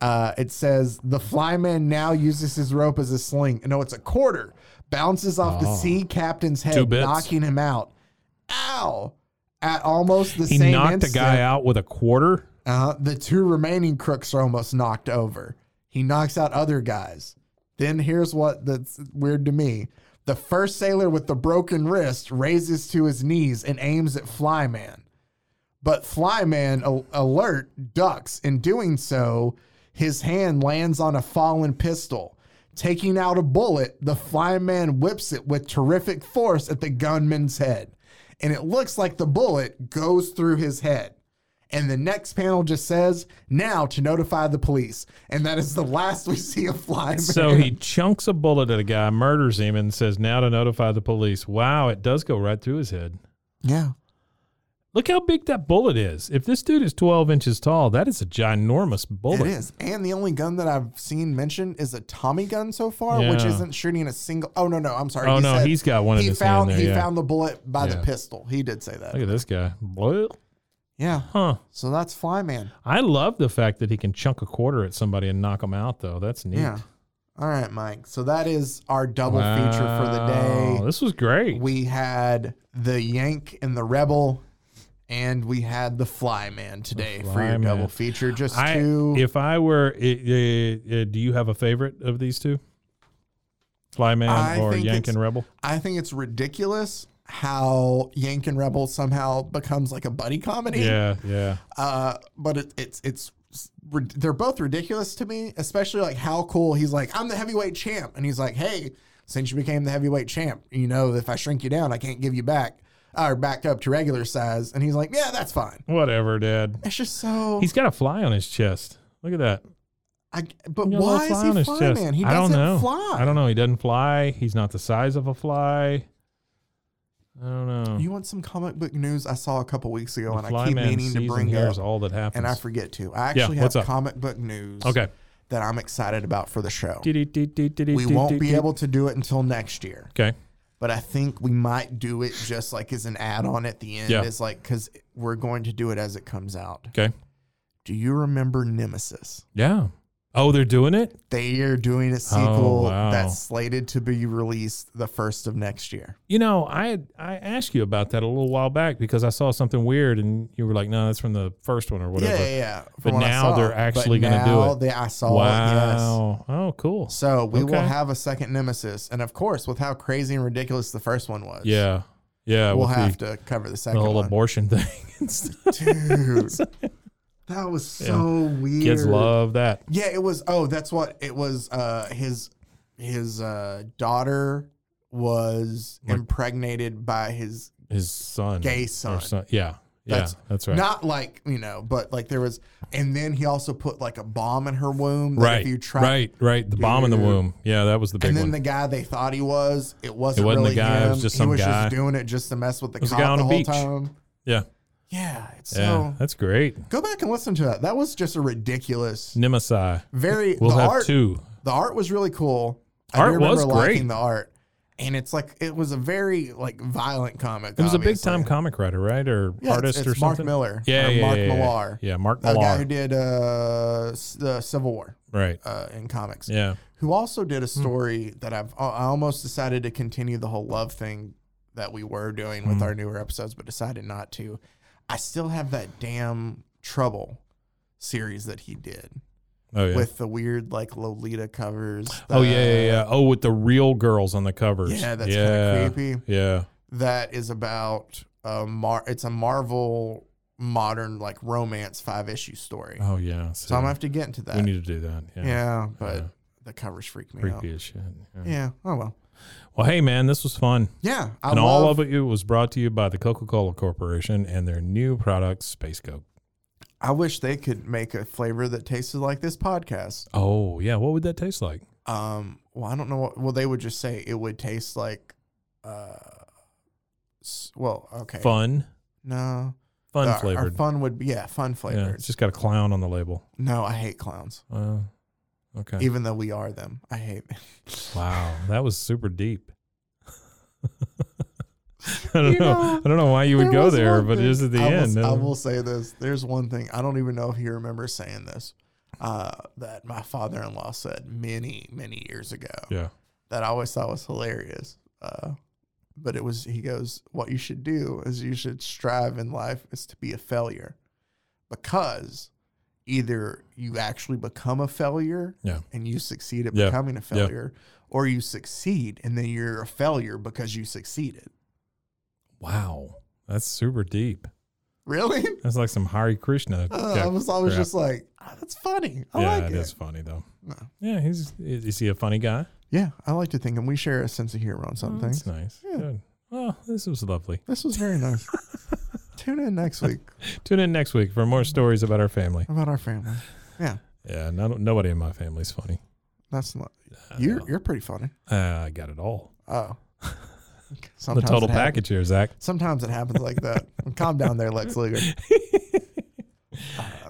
B: Uh, it says the flyman now uses his rope as a sling. No, it's a quarter. Bounces off the sea captain's
C: Oh. Two
B: head,
C: bits.
B: knocking him out. Ow! At almost the
C: He
B: same
C: knocked a
B: instant,
C: guy out with
B: <laughs>
C: a quarter.
B: Uh, the two remaining crooks are almost knocked over. He knocks out other guys. Then here's what that's weird to me. The first sailor with the broken wrist raises to his knees and aims at Flyman. But Flyman, a- alert, ducks. In doing so, his hand lands on a fallen pistol. Taking out a bullet, the Flyman whips it with terrific force at the gunman's head. And it looks like the bullet goes through his head. And the next panel just says, now to notify the police. And that is the last we see of Flyman.
C: So he
B: <laughs>
C: chunks a bullet at a guy, murders him, and says, "Now to notify the police." Wow! It does go right through his head.
B: Yeah.
C: Look how big that bullet is. If this dude is 12 inches tall, that is a ginormous bullet.
B: It is. And the only gun that I've seen mentioned is a Tommy gun so far, which
C: Yeah.
B: isn't shooting a single. Oh, no, no. I'm sorry.
C: Oh, no,
B: said
C: he's got one in
B: he
C: his hand
B: found,
C: there,
B: He
C: yeah.
B: found the bullet by the
C: Yeah.
B: pistol. He did say that.
C: Look at this guy. Blah.
B: Yeah.
C: Huh.
B: So that's Flyman.
C: I love the fact that he can chunk a quarter at somebody and knock them out, though. That's neat.
B: Yeah. All right, Mike. So that is our double feature for the
C: Wow,
B: day.
C: This was great.
B: We had the Yank and the Rebel, and we had the Flyman today for your
C: Flyman.
B: double feature. Just
C: I,
B: two.
C: if I were, i i- i- do you have a favorite of these two? Flyman
B: I
C: or
B: think
C: Yank
B: it's-
C: and Rebel?
B: I think it's ridiculous how Yank and Rebel somehow becomes like a buddy comedy.
C: Yeah, yeah.
B: Uh, but it, it's it's they're both ridiculous to me, especially like how cool he's like I'm the heavyweight champ, and he's like, hey, since you became the heavyweight champ, you know if I shrink you down, I can't give you back or back up to regular size, and he's like, yeah, that's fine.
C: Whatever, Dad.
B: It's just so.
C: He's got a fly on his chest. Look at that.
B: I, but
C: He got a
B: why
C: little
B: is he fly, man? He
C: I don't
B: doesn't
C: know.
B: fly.
C: I don't know. He doesn't fly. He's not the size of a fly. I don't know.
B: You want some comic book news? I saw a couple weeks ago,
C: The
B: and I keep
C: Flyman
B: meaning to
C: sees and
B: bring
C: hears
B: up,
C: all that happens.
B: and I forget to. I actually
C: what's
B: have
C: up?
B: comic book news.
C: Okay.
B: that I'm excited about for the show. We won't be able to do it until next year,
C: Okay.
B: but I think we might do it just like as an add-on at the end.
C: Yeah.
B: It's like because we're going to do it as it comes out.
C: Okay.
B: Do you remember Nemesis?
C: Yeah. Oh, they're doing it.
B: They are doing a sequel
C: Oh, wow.
B: that's slated to be released the first of next year.
C: You know, I I asked you about that a little while back because I saw something weird and you were like, "No, that's from the first one or whatever."
B: Yeah, yeah, yeah.
C: But
B: From what I
C: now
B: saw.
C: they're
B: But
C: actually gonna do
B: now
C: it.
B: They, I saw it. Yes.
C: Wow. Oh, cool.
B: So we will
C: Okay.
B: have a second Nemesis, and of course, with how crazy and ridiculous the first one was,
C: Yeah. Yeah.
B: we'll
C: with
B: have
C: the,
B: to cover the
C: the
B: second
C: whole
B: one.
C: abortion <laughs> thing. and stuff. <laughs>
B: Dude, that was so weird.
C: Kids love that.
B: Yeah, it was. Oh, that's what it was. Uh, his his uh, daughter was impregnated by his
C: His son.
B: Gay
C: or
B: son.
C: Yeah. Yeah. That's,
B: That's
C: right.
B: not like you know, but like there was, and then he also put like a bomb in her womb. That
C: right.
B: If you try,
C: right. Right. The bomb in the
B: Dude.
C: womb. Yeah, that was the big
B: And then
C: one.
B: the guy they thought he was, it wasn't,
C: wasn't the
B: really
C: guy, it
B: him.
C: was just
B: he
C: some
B: was
C: guy.
B: just doing it just to mess with the
C: was a
B: cop
C: guy on
B: the
C: a
B: whole
C: beach.
B: time.
C: yeah.
B: Yeah, it's
C: Yeah.
B: so
C: that's great.
B: go back and listen to that. That was just a ridiculous,
C: Nemesis.
B: very
C: We'll
B: the
C: have
B: art,
C: two.
B: The art was really cool.
C: Art
B: I do remember
C: was
B: liking
C: great.
B: the art. And it's like it was a very like violent comic.
C: It was a big time
B: obviously.
C: comic writer, right? Or
B: Yeah, it's-
C: artist
B: it's
C: or
B: Mark
C: something.
B: Miller,
C: Yeah.
B: or
C: yeah
B: Mark
C: yeah, yeah.
B: Millar.
C: Yeah. Mark
B: The guy who
C: Millar.
B: did uh s- the Civil War
C: Right.
B: uh, in comics.
C: Yeah. Hmm.
B: Who also did a story that I've I almost decided to continue the whole love thing that we were doing
C: Hmm.
B: with our newer episodes, but decided not to. I still have that damn trouble series that he did
C: Oh, yeah.
B: with the weird like Lolita covers.
C: Oh yeah,
B: the-
C: yeah, yeah. Oh, with the real girls on the covers.
B: Yeah, that's kinda creepy.
C: Yeah,
B: that is about a mar. It's a Marvel modern like romance five issue story.
C: oh yeah. So,
B: so I'm gonna have to get into that.
C: we need to do that. Yeah,
B: yeah. but
C: Yeah.
B: the covers freak me
C: creepy
B: out.
C: as shit. Yeah.
B: Yeah. Oh well.
C: Well, hey man, this was fun,
B: Yeah. I
C: and
B: love,
C: all of it was brought to you by the Coca-Cola Corporation and their new product, Space Coke.
B: I wish they could make a flavor that tasted like this podcast.
C: Oh yeah, what would that taste like?
B: Um. Well, I don't know. What, well, they would just say it would taste like. Uh. s- Well, okay.
C: Fun,
B: No.
C: fun
B: Our- our
C: flavored.
B: fun would be yeah, fun
C: yeah,
B: flavored.
C: it's just got a clown on the label.
B: no, I hate clowns.
C: Wow. okay.
B: Even though we are them, I hate them.
C: wow, that was super deep. <laughs> I don't
B: You
C: know,
B: know,
C: I don't know why you would
B: There
C: go
B: was
C: there,
B: one
C: but it
B: thing-
C: is at the
B: I will-
C: end.
B: I will say this. There's one thing. I don't even know if he remembers saying this. Uh, that my father in law said many, many years ago
C: yeah.
B: that I always thought was hilarious. Uh, but it was, he goes, What you should do is you should strive in life is to be a failure because either you actually become a failure
C: Yeah.
B: and you succeed at
C: Yeah.
B: becoming a
C: Yeah.
B: failure, or you succeed and then you're a failure because you succeeded. <laughs>
C: Wow, that's super deep.
B: Really?
C: That's like some Hari Krishna.
B: Uh,
C: type
B: I was always
C: crap.
B: just like, "Ah, that's funny. I
C: yeah,
B: like it.
C: it is funny though.
B: No.
C: Yeah, he's is, is he a funny guy?
B: Yeah, I like to think, and we share a sense of humor on some
C: Oh,
B: things.
C: That's nice.
B: Yeah.
C: Good. Well, this was lovely.
B: This was very
C: <laughs>
B: nice. Tune in next week
C: Tune in next week for more stories about our family.
B: about our family. Yeah,
C: Yeah, not, nobody in my family's funny.
B: that's not
C: I
B: you're
C: know.
B: you're pretty funny.
C: Uh, I got it all.
B: Oh,
C: the
B: Sometimes
C: total
B: it happens.
C: package here, Zach.
B: Sometimes it happens like
C: <laughs>
B: that. Calm down there, Lex Luger.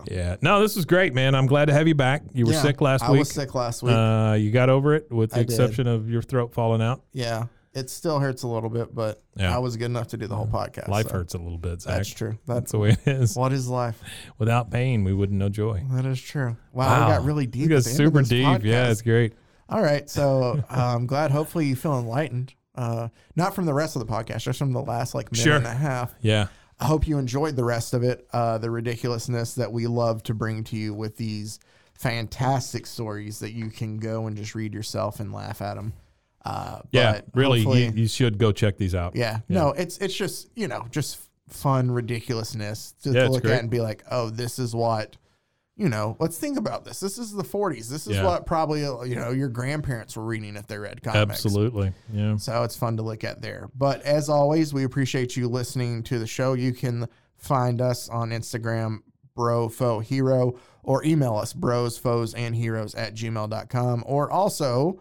C: Yeah. No, this was great, man. I'm glad to have you back. You were
B: Oh. Yeah,
C: sick last
B: I
C: week.
B: was sick last week.
C: Uh, you got over it with the
B: I did.
C: exception of your throat falling out.
B: yeah. It still hurts a little bit, but
C: Yeah.
B: I was good enough to do the whole podcast.
C: Life
B: so
C: hurts a little bit, Zach.
B: That's true. That's
C: That's the way it is.
B: what is life.
C: Without pain, we wouldn't know joy.
B: That is true. Wow, we got really deep.
C: We got
B: at the end of
C: super
B: this
C: deep. Yeah,
B: podcast.
C: it's great.
B: All right. So uh, I'm glad. Hopefully you feel enlightened. Uh, not from the rest of the podcast, just from the last like minute
C: Sure.
B: and a half.
C: Yeah.
B: I hope you enjoyed the rest of it. Uh, the ridiculousness that we love to bring to you with these fantastic stories that you can go and just read yourself and laugh at them. Uh,
C: Yeah.
B: but
C: Really, you,
B: hopefully-
C: you should go check these out.
B: yeah, No, it's it's just you know just fun ridiculousness to,
C: Yeah,
B: to
C: it's
B: look
C: great.
B: at and be like, oh, this is what. You know, let's think about this. This is the 40s. This is
C: Yeah.
B: what probably uh, you know your grandparents were reading if they read comics.
C: Absolutely. Yeah.
B: So it's fun to look at there. But as always, we appreciate you listening to the show. You can find us on Instagram, bro foe hero, or email us bros, foes, and heroes at gmail.com or also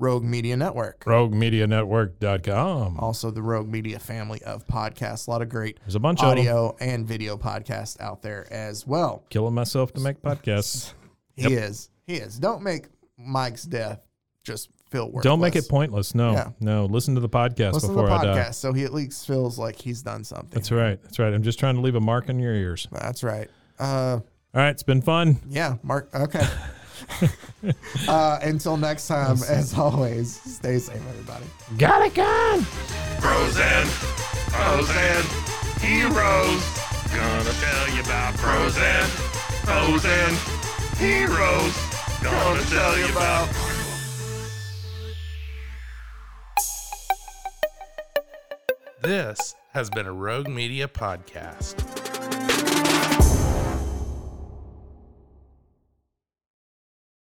B: Rogue Media Network.
C: RogueMediaNetwork.com.
B: Also the Rogue Media family of podcasts. A lot of great
C: There's a bunch of them.
B: audio and video podcasts out there as well.
C: Killing myself to make podcasts.
B: He is. He is. Don't make Mike's death just feel worse.
C: Don't make it pointless. No,
B: Yeah.
C: no. Listen to the podcast
B: Listen to the
C: before I die.
B: podcast so he at least feels like he's done something.
C: That's right. That's right. I'm just trying to leave a mark on your ears.
B: That's right. Uh,
C: All right. It's been fun.
B: yeah, Mark. Okay.
C: <laughs>
B: <laughs> uh, until next time, as always, stay safe, everybody.
C: Got it, gone.
D: Bros and Bros and Heroes. Gonna tell you about Bros and Bros and Heroes. Gonna tell you about.
E: This has been a Rogue Media podcast.